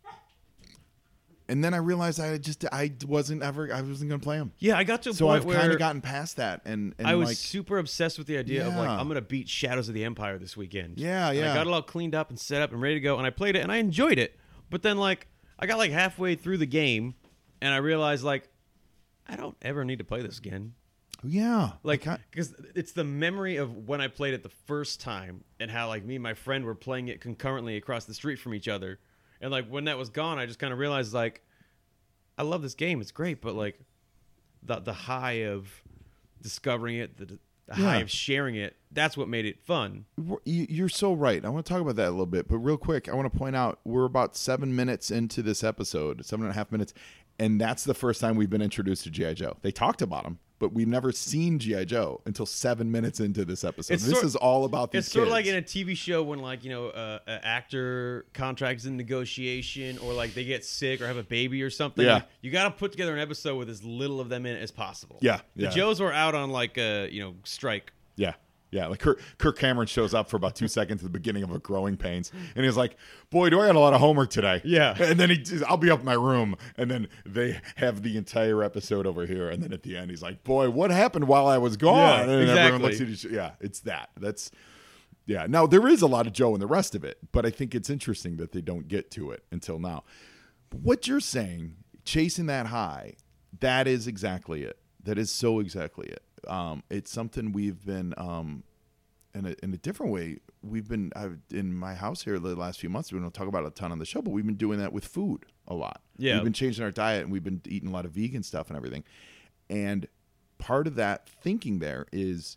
and then I realized I just I wasn't ever I wasn't gonna play them. Yeah, I got to a So point I've where kind of gotten past that, and, and I was like, super obsessed with the idea of like Yeah. I'm gonna beat Shadows of the Empire this weekend. Yeah, And yeah. I got it all cleaned up and set up and ready to go, and I played it and I enjoyed it. But then like I got like halfway through the game, and I realized like I don't ever need to play this again. yeah, Like I, because it's the memory of when I played it the first time and how like me and my friend were playing it concurrently across the street from each other, and like when that was gone, I just kind of realized like I love this game. It's great, but like the the high of discovering it, the, the high Yeah. of sharing it, that's what made it fun. You- You're so right. I want to talk about that a little bit, but real quick, I want to point out we're about seven minutes into this episode, seven and a half minutes, and that's the first time we've been introduced to GI Joe. They talked about him, but we've never seen GI Joe until seven minutes into this episode. It's this sort- is all about these. It's sort of like kids. in a TV show when, like, you know, uh, an actor contracts in negotiation or, like, they get sick or have a baby or something. Yeah. Like, you got to put together an episode with as little of them in it as possible. Yeah, The yeah. Joes were out on, like, a, you know, strike. yeah. Yeah, like Kirk, Kirk Cameron shows up for about two [laughs] seconds at the beginning of a Growing Pains, and he's like, "Boy, do I got a lot of homework today." Yeah. and then he, just- I'll be up in my room, and then they have the entire episode over here, and then at the end, he's like, "Boy, what happened while I was gone?" Yeah, and then everyone exactly. looks at each. Yeah, it's that. That's yeah. Now there is a lot of Joe in the rest of it, but I think it's interesting that they don't get to it until now. But what you're saying, chasing that high, that is exactly it. That is so exactly it. Um, it's something we've been um, in a, in a different way. We've been I've, in my house here the last few months. We don't talk about it a ton on the show, but we've been doing that with food a lot. Yeah. we've been changing our diet and we've been eating a lot of vegan stuff and everything. And part of that thinking there is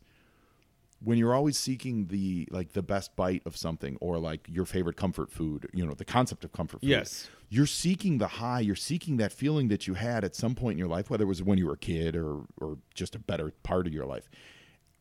when you're always seeking the like the best bite of something or like your favorite comfort food, you know, the concept of comfort food. Yes. You're seeking the high, you're seeking that feeling that you had at some point in your life, whether it was when you were a kid or or just a better part of your life.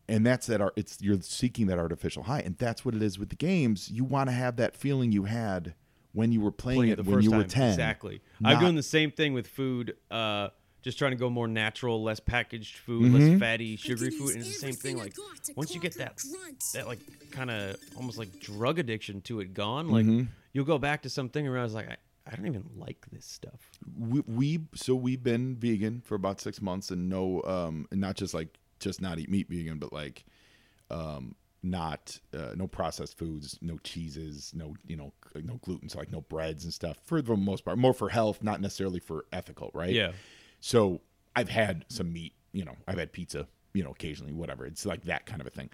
And that's that art it's you're seeking that artificial high. And that's what it is with the games. You want to have that feeling you had when you were playing, playing it it the when first you time. were ten. Exactly. Not- I'm doing the same thing with food. Uh, just trying to go more natural, less packaged food, Mm-hmm. less fatty, sugary can food, use and it's the same everything thing. I Like got to once you get that, conquer grunt. that like kind of almost like drug addiction to it gone, like Mm-hmm. you'll go back to something and realize like I, I don't even like this stuff. we, we so we've been vegan for about six months and no um and not just like just not eat meat vegan but like um not uh, no processed foods no cheeses no you know c- no gluten so like no breads and stuff for the most part more for health not necessarily for ethical right Yeah. so i've had some meat you know i've had pizza you know occasionally whatever it's like that kind of a thing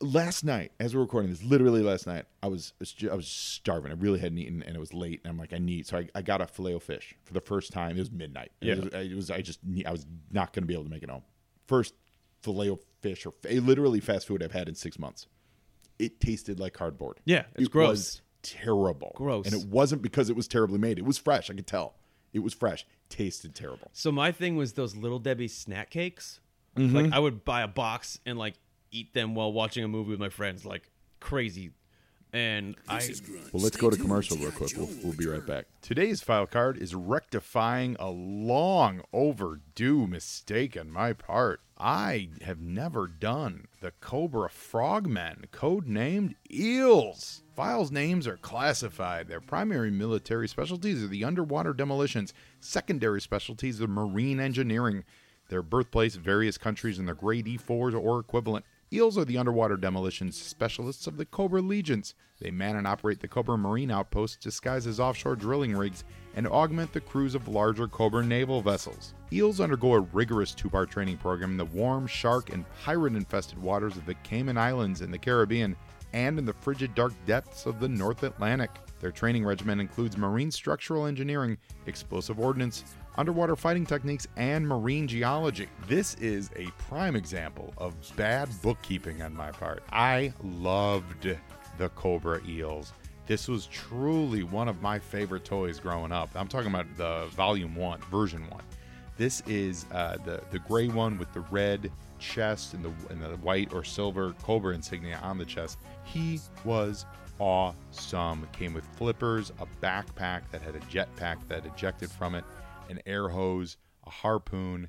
last night, as we're recording this, literally last night, I was I was starving. I really hadn't eaten, and it was late. And I'm like, I need. So I, I got a filet o fish for the first time. It was midnight. Yeah. it was, it was- I just need, I was not going to be able to make it home. First filet o fish or a literally fast food I've had in six months. It tasted like cardboard. Yeah, it's it gross. Was terrible. Gross. And it wasn't because it was terribly made. It was fresh. I could tell. It was fresh. Tasted terrible. So my thing was those little Debbie snack cakes. Mm-hmm. Like I would buy a box and like eat them while watching a movie with my friends, like crazy. And I Well, let's go to commercial real quick. We'll, we'll be right back. Today's file card is rectifying a long overdue mistake on my part. I have never done the Cobra Frogmen, codenamed Eels. Files' names are classified. Their primary military specialties are the underwater demolitions, secondary specialties are marine engineering, their birthplace, various countries, and their grade E4s or equivalent. Eels are the underwater demolitions specialists of the Cobra Legions. They man and operate the Cobra Marine outposts disguised as offshore drilling rigs and augment the crews of larger Cobra naval vessels. Eels undergo a rigorous two part training program in the warm, shark, and pirate infested waters of the Cayman Islands and the Caribbean and in the frigid dark depths of the North Atlantic. Their training regimen includes marine structural engineering, explosive ordnance, underwater fighting techniques, and marine geology. This is a prime example of bad bookkeeping on my part. I loved the Cobra Eels. This was truly one of my favorite toys growing up. I'm talking about the volume one, version one. This is uh, the the gray one with the red chest and the and the white or silver cobra insignia on the chest. He was awesome. Came with flippers, a backpack that had a jetpack that ejected from it, an air hose, a harpoon.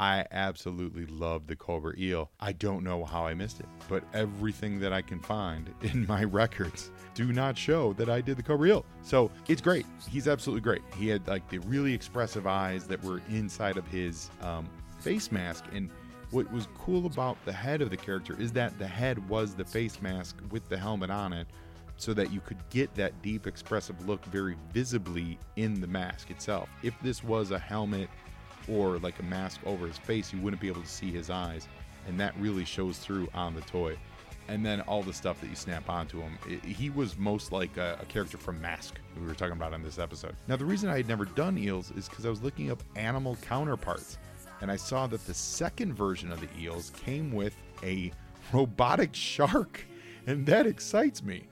I absolutely love the Cobra Eel. I don't know how I missed it, but everything that I can find [laughs] in my records do not show that I did the Cobra Eel. So it's great. He's absolutely great. He had like the really expressive eyes that were inside of his um, face mask. And what was cool about the head of the character is that the head was the face mask with the helmet on it so that you could get that deep expressive look very visibly in the mask itself. If this was a helmet or like a mask over his face, you wouldn't be able to see his eyes, and that really shows through on the toy. And then all the stuff that you snap onto him. I- he was most like a, a character from Mask, we were talking about on this episode. Now, the reason I had never done eels is because I was looking up animal counterparts, and I saw that the second version of the eels came with a robotic shark, and that excites me.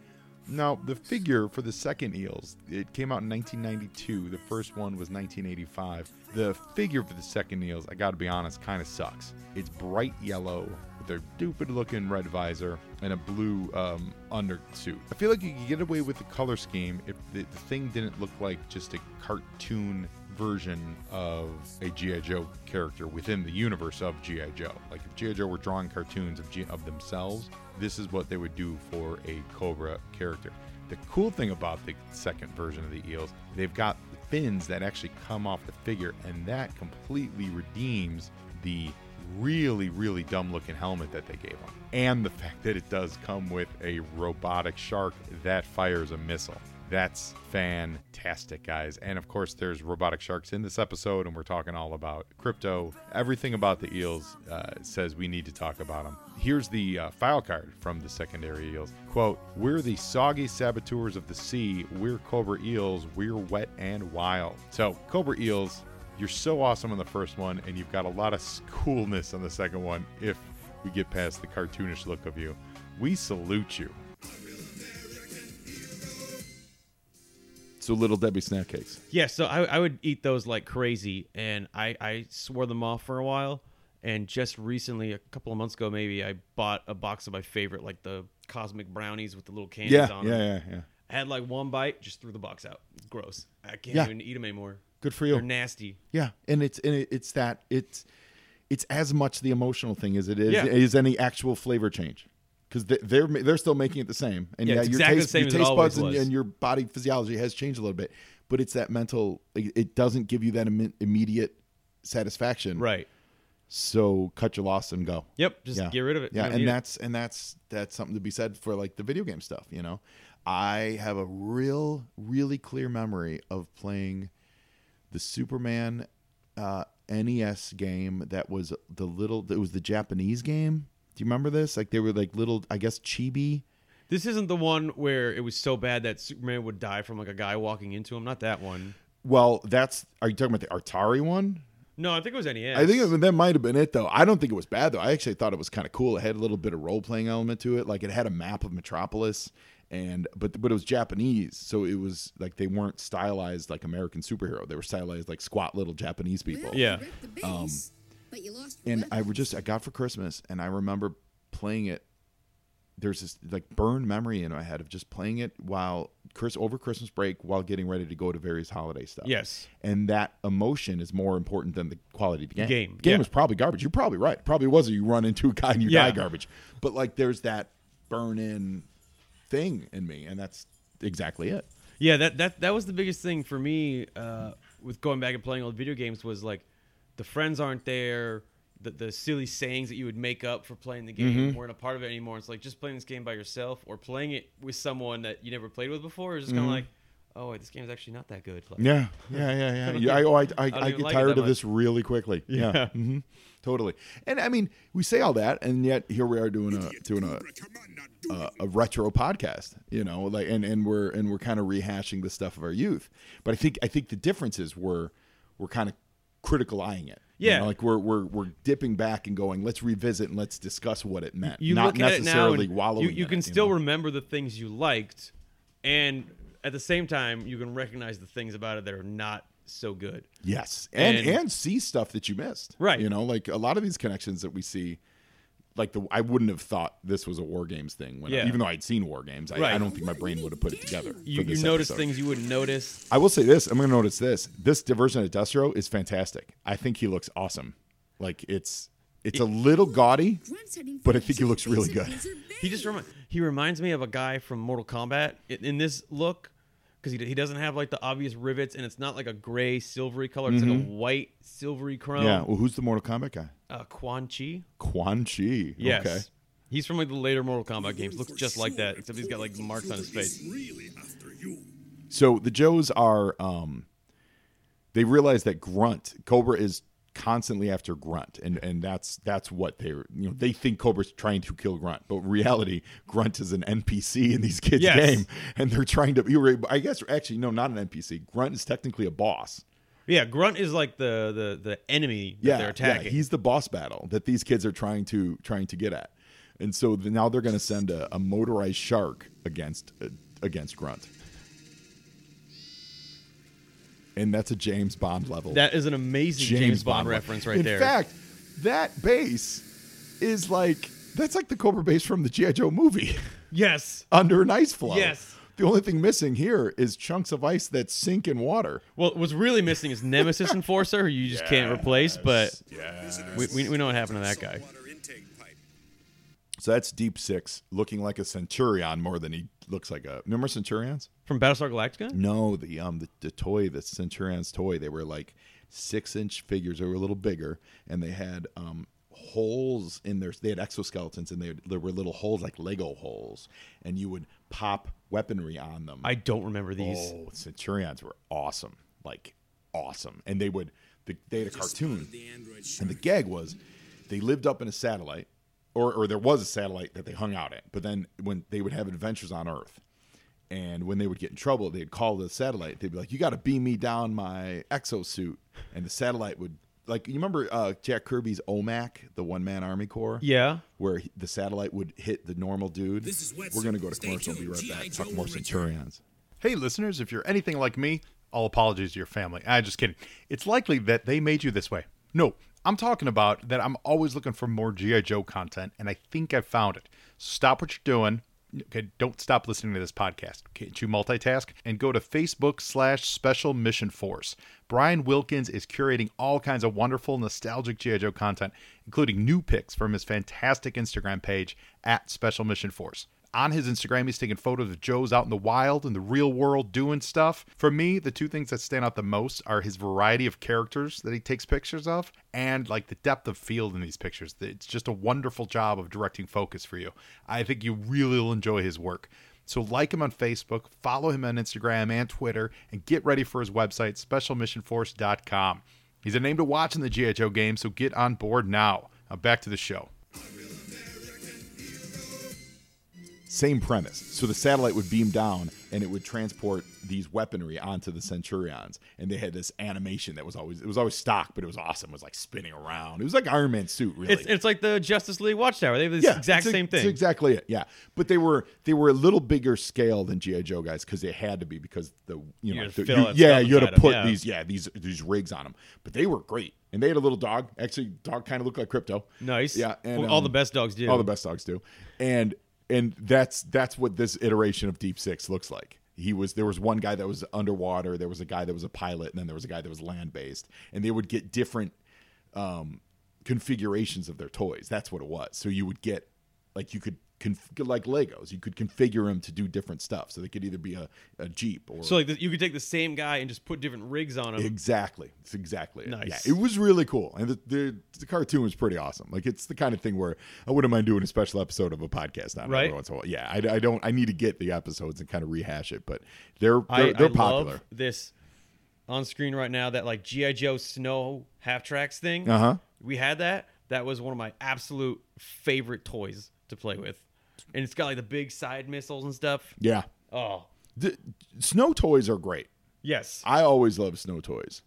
Now, the figure for the second Eels, it came out in 1992. The first one was 1985. The figure for the second Eels, I gotta be honest, kind of sucks. It's bright yellow with a stupid looking red visor and a blue um, undersuit. I feel like you could get away with the color scheme if the, the thing didn't look like just a cartoon version of a G.I. Joe character within the universe of G.I. Joe. Like if G.I. Joe were drawing cartoons of, G- of themselves, this is what they would do for a Cobra character. The cool thing about the second version of the eels, they've got fins that actually come off the figure, and that completely redeems the really, really dumb looking helmet that they gave him. And the fact that it does come with a robotic shark that fires a missile. That's fantastic, guys. And of course, there's robotic sharks in this episode, and we're talking all about crypto. Everything about the eels uh, says we need to talk about them. Here's the uh, file card from the secondary eels. Quote, We're the soggy saboteurs of the sea. We're cobra eels. We're wet and wild. So, cobra eels, you're so awesome on the first one, and you've got a lot of s- coolness on the second one if we get past the cartoonish look of you. We salute you. So little Debbie snack cakes. Yeah, so I, I would eat those like crazy, and I, I swore them off for a while. And just recently, a couple of months ago, maybe I bought a box of my favorite, like the cosmic brownies with the little candies Yeah, on them. yeah, yeah, yeah. I had like one bite, just threw the box out. It's gross. I can't Yeah. even eat them anymore. Good for They're you. nasty. Yeah, and it's and it, it's that it's it's as much the emotional thing as it is Yeah. is any actual flavor change because they're they're still making it the same. And Yeah, yeah, it's your exactly taste, the same your as it taste always buds and, was. and your body physiology has changed a little bit, but it's that mental. It, it doesn't give you that Im- immediate satisfaction. Right. So cut your loss and go. Yep. Just Yeah. get rid of it. You Yeah, don't and need it. that's and that's that's something to be said for like the video game stuff. You know, I have a real, really clear memory of playing the Superman uh, NES game that was the little. It was the Japanese game. Do you remember this? Like they were like little, I guess, chibi. This isn't the one where it was so bad that Superman would die from like a guy walking into him. Not that one. Well, that's. Are you talking about the Atari one? No, I think it was E NES. I think it- that might have been it though. I don't think it was bad though. I actually thought it was kind of cool. It had a little bit of role playing element to it. Like it had a map of Metropolis, and but but it was Japanese, so it was like they weren't stylized like American superhero. They were stylized like squat little Japanese people. Well, Yeah. You wrecked the base, but you lost um, And I weapons. were just I got for Christmas, and I remember playing it. There's this like burned memory in my head of just playing it while Chris over Christmas break while getting ready to go to various holiday stuff Yes. and that emotion is more important than the quality of the game. Game, game yeah. is probably garbage. You're probably right. Probably was a you run into a guy and you Yeah. die garbage. But like there's that burn in thing in me, and that's exactly it. Yeah, that that that was the biggest thing for me uh, with going back and playing old video games was like the friends aren't there, the the silly sayings that you would make up for playing the game Mm-hmm. weren't a part of it anymore. It's like just playing this game by yourself or playing it with someone that you never played with before is just Mm-hmm. kind of like, oh, wait, this game's actually not that good. Like, Yeah, yeah, yeah, yeah. yeah I, oh, I, I, I, even get like it tired that of this really [laughs] quickly. Yeah, hmm totally. And I mean, we say all that, and yet here we are doing a doing a uh, Come on, now do a, a retro podcast, you know, like and and we're and we're kind of rehashing the stuff of our youth. But I think I think the difference is we're we're kind of critical eyeing it. you Yeah. know, like we're we're we're dipping back and going, let's revisit and let's discuss what it meant. you not look at it now necessarily and wallowing. you, you in can it, still know? remember the things you liked and at the same time you can recognize the things about it that are not so good Yes, and, and And- see stuff that you missed. Right. You know, like a lot of these connections that we see. Like the, I wouldn't have thought this was a war games thing. When Yeah. even though I'd seen war games, I, I Right. don't think my brain would have put it together. for you, you this notice episode. things you wouldn't notice I will say this. I'm going to notice this. This Divergent Industrial is fantastic. I think he looks awesome. Like it's it's a little gaudy. Grunt's heading but for I think he looks Basic really good. Desert he just Base. remi- he reminds me of a guy from mortal kombat in, in this look because he, d- he doesn't have like the obvious rivets and it's not like a gray silvery color it's like a white silvery chrome Mm-hmm. Yeah. Well, who's the Mortal Kombat guy? uh, quan chi Quan Chi. yes Okay. he's from like the later mortal kombat games it looks for just like sure that if except he's got like Cobra marks on his Commander is face Really after you. So the Joes are um they realize that Grunt Cobra is constantly after Grunt and and that's that's what they were- you know they think Cobra's trying to kill Grunt but in reality Grunt is an NPC in these kids Yes. game and they're trying to you were, I guess actually no not an NPC Grunt is technically a boss Yeah, Grunt is like the the, the enemy that they're attacking. he's the boss battle that these kids are trying to trying to get at, and so the, now they're going to send a, a motorized shark against uh, against Grunt, and that's a James Bond level. that is an amazing James, Bond, level. reference right In there. fact, that base is like that's like the Cobra base from the GI Joe movie. [laughs] yes. Under an ice floe. Yes. The only thing missing here is chunks of ice that sink in water. Well, what's really missing is Nemesis Enforcer, who you just can't replace. But we, Visitors we, we know what happened to that guy. saltwater intake pipe. So that's Deep Six looking like a centurion more than he looks like a. Remember centurions? From Battlestar Galactica? No, the um the, the toy, the centurion's toy. They were like six inch figures. They were a little bigger, and they had um holes in their. They had exoskeletons, and they there were little holes like Lego holes, and you would pop weaponry on them. I don't remember these. Oh, Centurions were awesome, like awesome, and they would they, they had a cartoon, The android and the gag was they lived up in a satellite, or or there was a satellite that they hung out at. But then when they would have adventures on Earth, and when they would get in trouble, they'd call the satellite. They'd be like, "You got to beam me down my exosuit," and the satellite would. Like you remember uh, Jack Kirby's OMAC, the One Man Army Corps, Yeah. where he, the satellite would hit the normal dude. This is Wetzel. We're gonna go to Stay commercial. tuned. Be right G.I. back. Joe Talk more will return. Centurions. Hey, listeners, if you're anything like me, all apologies to your family. I just kidding. It's likely that they made you this way. No, I'm talking about that I'm always looking for more G.I. Joe content, and I think I found it. Stop what you're doing. Okay, don't stop listening to this podcast. Can't you multitask? And go to Facebook slash Special Mission Force. Brian Wilkins is curating all kinds of wonderful, nostalgic G.I. Joe content, including new pics from his fantastic Instagram page at Special Mission Force on his Instagram, he's taking photos of Joe's out in the wild in the real world doing stuff. For me, the two things that stand out the most are his variety of characters that he takes pictures of and like the depth of field in these pictures. It's just a wonderful job of directing focus for you. I think you really will enjoy his work. So like him on Facebook, follow him on Instagram and Twitter, and get ready for his website, specialmissionforce.com. He's a name to watch in the G.I. Joe game, so get on board now. Now back to the show. Same premise. So the satellite would beam down and it would transport these weaponry onto the Centurions. And they had this animation that was always it was always stock, but it was awesome. It was like spinning around. It was like Iron Man suit, really. It's, it's like the Justice League Watchtower. They have the exact it's a- same it's thing. exactly it. Yeah, but they were they were a little bigger scale than GI Joe guys because they had to be because the you know had to the- fill you- that yeah stuff you had inside to 'em, put yeah. these yeah these these rigs on them. But they were great, and they had a little dog. Actually, dog kind of looked like Crypto. nice. Yeah, and, Well, all um, the best dogs do. all the best dogs do and and that's that's what this iteration of deep six looks like he was there was one guy that was underwater there was a guy that was a pilot and then there was a guy that was land based and they would get different um configurations of their toys that's what it was so you would get like you could conf- like legos you could configure them to do different stuff so they could either be a, a jeep or So like the, you could take the same guy and just put different rigs on him. Exactly. It's exactly. It. Nice. Yeah, it was really cool, and the, the the cartoon was pretty awesome. Like it's the kind of thing where I wouldn't mind doing a special episode of a podcast on it Right. every once in a while. Yeah, I, I don't. I need to get the episodes and kind of rehash it, but they're they're, I, they're I popular. love this on screen right now. That like GI Joe snow half tracks thing. Uh-huh. We had that. That was one of my absolute favorite toys to play with, and it's got like the big side missiles and stuff. yeah, Oh the, snow toys are great. yes, I always love snow toys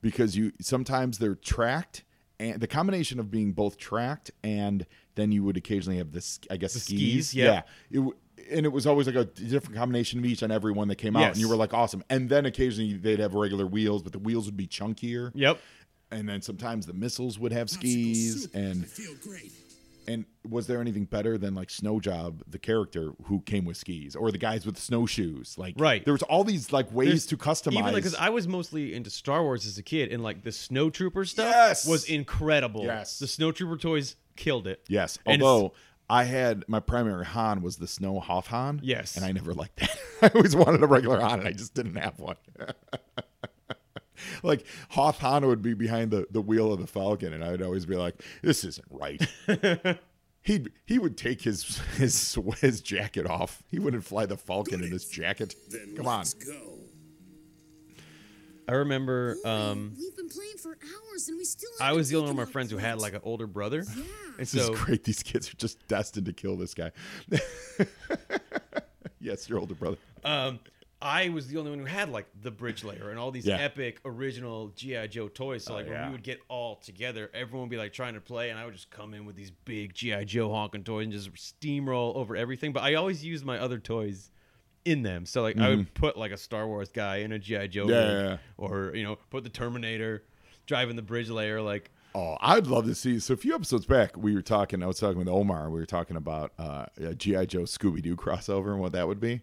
because you sometimes they're tracked and the combination of being both tracked and then you would occasionally have this I guess skis. skis, yeah. It w- and it was always like a different combination of each on every one that came out Yes. and you were like awesome. And then occasionally they'd have regular wheels but the wheels would be chunkier. yep. And then sometimes the missiles would have skis and feel great. and was there anything better than like Snow Job, the character who came with skis or the guys with snowshoes? Like Right. there was all these like ways to customize Even because I was mostly into Star Wars as a kid, and like the snowtrooper stuff Yes! was incredible. Yes. the snowtrooper toys killed it. Yes. And it's- Although I had my primary Han was the Snow Hoff Han. Yes. And I never liked that. [laughs] I always wanted a regular Han and I just didn't have one. [laughs] like Hoff Han would be behind the, the wheel of the Falcon and I would always be like, this isn't [laughs] right. He'd, he would take his, his sw- his jacket off. He wouldn't fly the Falcon in his jacket. Then Come on. let's go. I remember. Um, We've been playing for hours and we still. I was the only one of my friends who had like an older brother. And This so is great. These kids are just destined to kill this guy. [laughs] yes, your older brother. um, I was the only one who had like the bridge layer and all these Yeah. Oh, epic original GI Joe toys. So like when yeah. we would get all together, everyone would be like trying to play, and I would just come in with these big GI Joe honking toys and just steamroll over everything. But I always used my other toys in them. So like I would put like a Star Wars guy in a GI Joe, Mm-hmm. Yeah, rig, yeah, yeah. or you know put the Terminator driving the bridge layer. Like Oh, I'd love to see. So a few episodes back, we were talking. I was talking with Omar. We were talking about uh, a GI Joe Scooby Doo crossover and what that would be.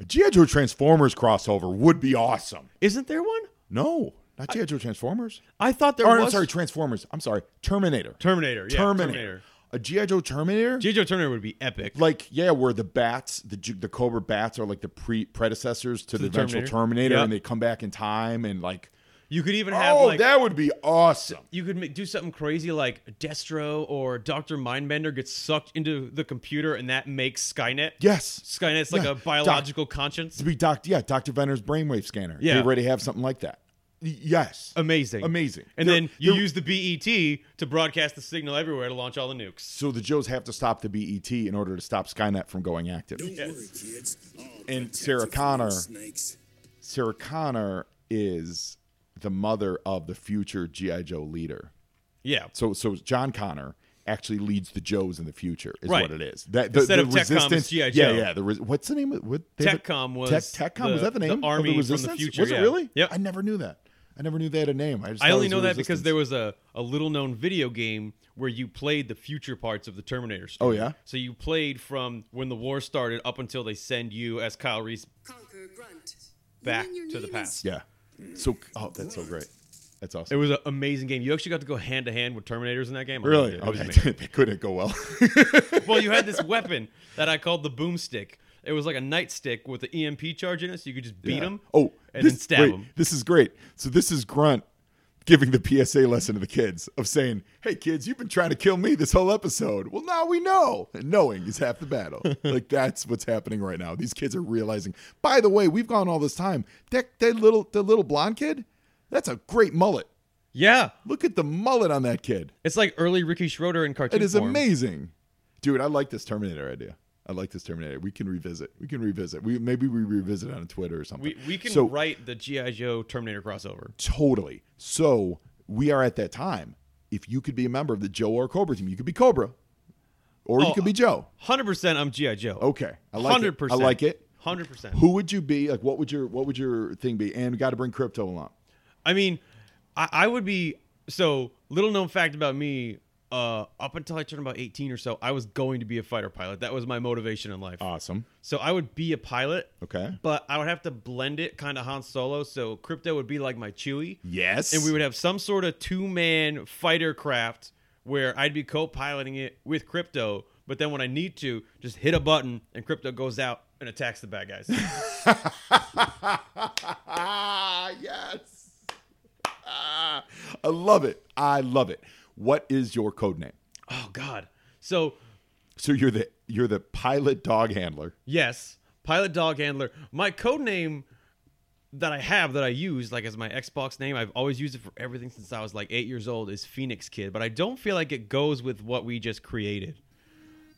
A GI Joe Transformers crossover would be awesome. isn't there one? No, not GI Joe Transformers. I thought there Or, I'm was. sorry, Transformers. I'm sorry, Terminator. Terminator. Yeah, Terminator. Terminator. A GI Joe Terminator. GI Joe Terminator would be epic. like yeah, where the bats, the Ju- the Cobra bats are like the pre predecessors to, the, the eventual Terminator. Terminator, Yep. and they come back in time and like You could even have Oh, like that would be awesome. you could ma- do something crazy like Destro or Doctor Mindbender gets sucked into the computer and that makes Skynet. Yes. Skynet's like Yeah. a biological conscience. To be doc, yeah, Dr. Venner's brainwave scanner. Yeah. Um, They already have something like that. Y- Yes. Amazing. Amazing. And They're- then you they're- use the BET to broadcast the signal everywhere to launch all the nukes. So the Joes have to stop the BET in order to stop Skynet from going active. Don't worry, kids. I'll And protect Sarah you from Connor- those Snakes. Sarah Connor is the mother of the future G.I. Joe leader. Yeah. So so John Connor actually leads the Joes in the future is Right. what it is. That the, Instead the of Tech Com, it's resistance, G.I. yeah, Joe. yeah. The res, what's the name of what? they have a- TechCom was Tech, TechCom the- was that the the name? of army from the resistance? future, Was yeah. it really? Yep. I never knew that. I never knew they had a name. I, just I thought only it was know the that because Resistance. there was a, a little known video game where you played the future parts of the Terminator story. Oh, yeah? So you played from when the war started up until they send you as Kyle Reese Conquer grunt. back Meaning your to the name past. yeah. So oh, that's so great. That's It awesome. was an amazing game. You actually got to go hand to hand with Terminators in that game. I loved really it. It was okay. amazing. [laughs] that couldn't go well. well, you had this weapon that I called the boomstick. It was like a nightstick with an EMP charge in it, so you could just beat Yeah. them. [laughs] Oh, and this, then stab wait, them. This is great. So this is Grunt giving the PSA lesson to the kids of saying, "Hey kids, you've been trying to kill me this whole episode. Well, now we know. And knowing is half the [laughs] battle. like that's what's happening right now. These kids are realizing. By the way, we've gone all this time. That that little the little blonde kid, that's a great mullet. Yeah, Look at the mullet on that kid. it's like early Ricky Schroeder in cartoon. It is form. amazing, dude. I like this Terminator idea. I like this Terminator. We can revisit. We can revisit. We maybe we revisit on Twitter or something. We, we can So- write the GI Joe Terminator crossover. Totally. So we are at that time. If you could be a member of the Joe or Cobra team, you could be Cobra, or you Oh, could be Joe. Hundred percent, I'm GI Joe. Okay, I like hundred it. I percent. like it. Hundred percent. Who would you be? Like, what would your what would your thing be? And we got to bring crypto along. I mean, I, I would be so little known fact about me. Uh, up until I turned about 18 or so, I was going to be a fighter pilot. That was my motivation in life. Awesome. So I would be a pilot. Okay. But I would have to blend it kind of Han Solo. So Crypto would be like my Chewie. Yes. And we would have some sort of two man fighter craft where I'd be co piloting it with Crypto. But then when I need to, just hit a button and Crypto goes out and attacks the [laughs] bad guys. ah, yes. Ah, I love it. I love it. What is your code name? oh, God. So, So you're the you're the pilot dog handler. yes, Pilot Dog Handler. My code name that I have that I use, like as my Xbox name, I've always used it for everything since I was like eight years old, is Phoenix Kid. But I don't feel like it goes with what we just created.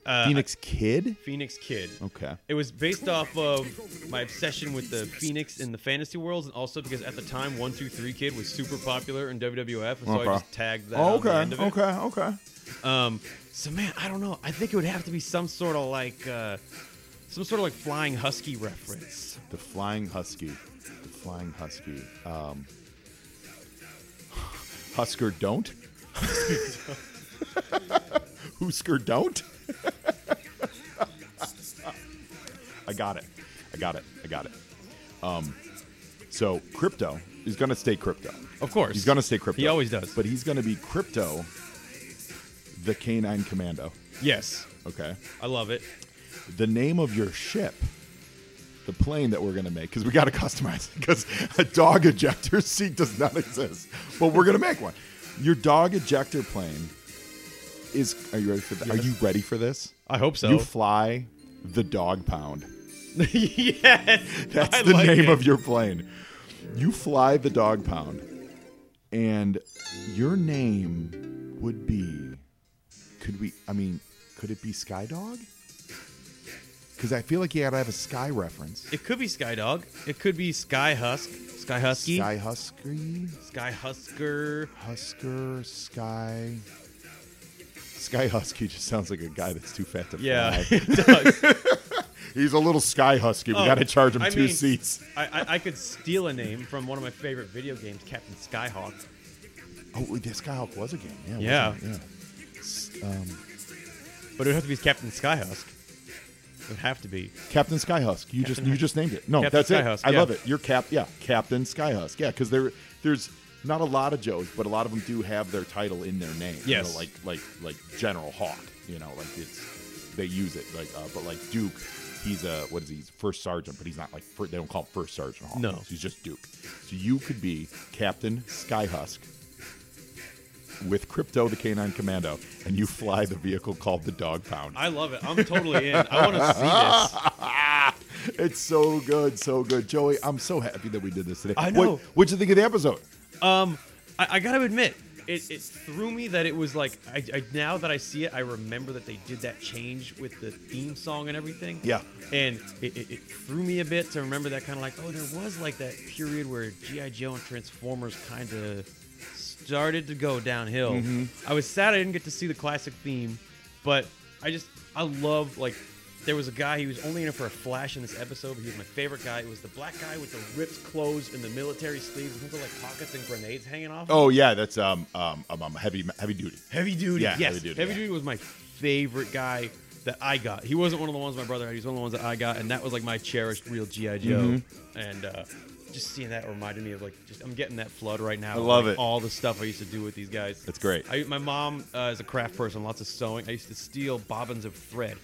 Uh, Phoenix Kid. Phoenix Kid. Okay. It was based off of my obsession with the Phoenix in the fantasy worlds, and also because at the time, One Two Three Kid was super popular in WWF, and so Okay. I just tagged that. on the okay. end of it. Okay. Okay. Um, so man, I don't know. I think it would have to be some sort of like, uh, some sort of like flying husky reference. The Flying Husky. The Flying Husky. Um, Husker don't? [laughs] Husker don't? [laughs] I got it. I got it. I got it. Um, so crypto is going to stay crypto. Of course, He's going to stay crypto. He always does. But he's going to be crypto, the K9 Commando. yes, Okay. I love it. the name of your ship, the plane that we're gonna make, because we gotta [laughs] customize it, because a dog ejector [laughs] seat does not exist, but we're gonna make one. Your dog ejector plane is. Are you ready for that? Are you ready for this? I hope so. You fly the dog pound. [laughs] yes, [laughs] That's I the like name it. of your plane. You fly the dog pound, and your name would be. Could we? I mean, could it be Sky Dog? Because I feel like you gotta have a sky reference. It could be Sky Dog. It could be Sky Husk. Sky Husky. Sky Husky, Sky Husker. Husker, Sky. Sky Husky just sounds like a guy that's too fat to fly. [laughs] Yeah, [laughs] it does. He's a little Sky Husky. We Oh, gotta charge him I two mean, seats. I, I, I could steal a name from one of my favorite video games, Captain Skyhawk. Oh, wait, the Skyhawk was a game. Yeah. wasn't Yeah. it? yeah. But it would have to be Captain Skyhusk. It would have to be. Captain Skyhusk. You just you just named it. No, Captain that's Skyhusk, it. I yeah. love it. You're cap. Yeah, Captain Skyhusk. Yeah, because there there's not a lot of Joes, but a lot of them do have their title in their name. You Yes. know, like like like General Hawk. You know, like it's they use it. Like uh, but like Duke he's a what is he? He's first sergeant, but he's not like fir- they don't call him first sergeant. Hawkins. No. he's just Duke. So you could be Captain Skyhusk with Crypto the Canine Commando, and you fly the vehicle called the Dog Pound. I love it. I'm totally in. I want to see [laughs] this. it's so good, so good, Joey. I'm so happy that we did this today. I What- know. What'd you think of the episode? Um, I, I gotta admit, it, it threw me that it was like I, I now that I see it, I remember that they did that change with the theme song and everything. Yeah. and it, it, it threw me a bit to remember that kind of like oh, there was like that period where GI Joe and Transformers kind of started to go downhill. I was sad I didn't get to see the classic theme, but I just I love like. There was a guy, he was only in it for a flash in this episode, but he was my favorite guy. It was the black guy with the ripped clothes and the military sleeves, and things like pockets and grenades hanging off. Oh yeah, that's um um, um, um, heavy heavy duty. Heavy Duty. Yeah, yes. Heavy Heavy Duty, Duty, yeah. was my favorite guy that I got. He wasn't one of the ones my brother had. He was one of the ones that I got, and that was like my cherished real GI Joe. Mm-hmm. And uh, just seeing that reminded me of like just I'm getting that flood right now. I love it. All the stuff I used to do with these guys. That's great. I, my mom uh, is a craft person. Lots of sewing. I used to steal bobbins of thread.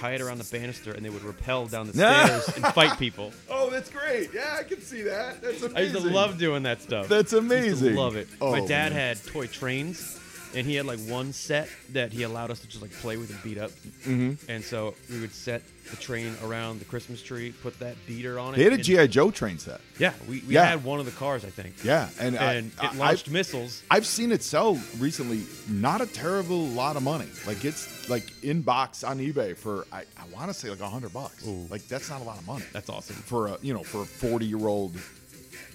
Tie it around the banister, and they would rappel down [laughs] the stairs and fight people. Oh, that's great. Yeah, I can see that. That's amazing. I used to love doing that stuff. That's I used to amazing. love it. Oh, My man. dad had toy trains, and he had like one set that he allowed us to just like play with and beat up. Mm-hmm. And so we would set the train around the Christmas tree, put that beater on it. They had a and- GI Joe train set. Yeah, we, we Yeah. had one of the cars, I think. Yeah, and, I- And I, it launched I've, missiles. I've seen it sell recently. Not a terrible lot of money. Like it's like in box on eBay for I, I want to say like a hundred bucks. Like that's not a lot of money. That's awesome. for a you know for a forty year old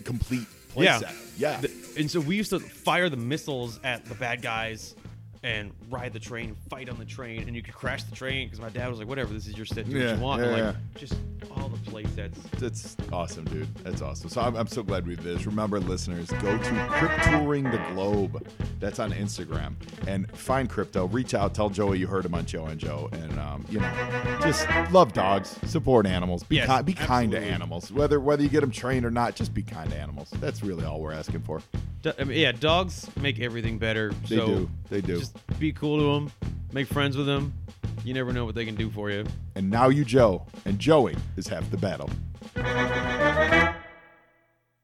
complete play yeah. set. Yeah. Th- and so we used to fire the missiles at the bad guys and ride the train, fight on the train, and you could crash the train because my dad was like, whatever, this is your set, do what Yeah, you want. And, yeah, like, just all the play sets. That's awesome, dude. That's awesome. So I'm, I'm so glad we did this. Remember, listeners, go to Crypt Touring the Globe. That's on Instagram. And find Crypto. Reach out. Tell Joey you heard him on Joe and Joe. And, um, you know, just love dogs. Support animals. Be, Yes, ki- be kind to absolutely. animals. Whether, whether you get them trained or not, just be kind to animals. That's really all we're asking for. Do- I mean, yeah, dogs make everything better. They so do. They do. Just be cool to them. Make friends with them. You never know what they can do for you. And now you, Joe. And Joey is half the battle.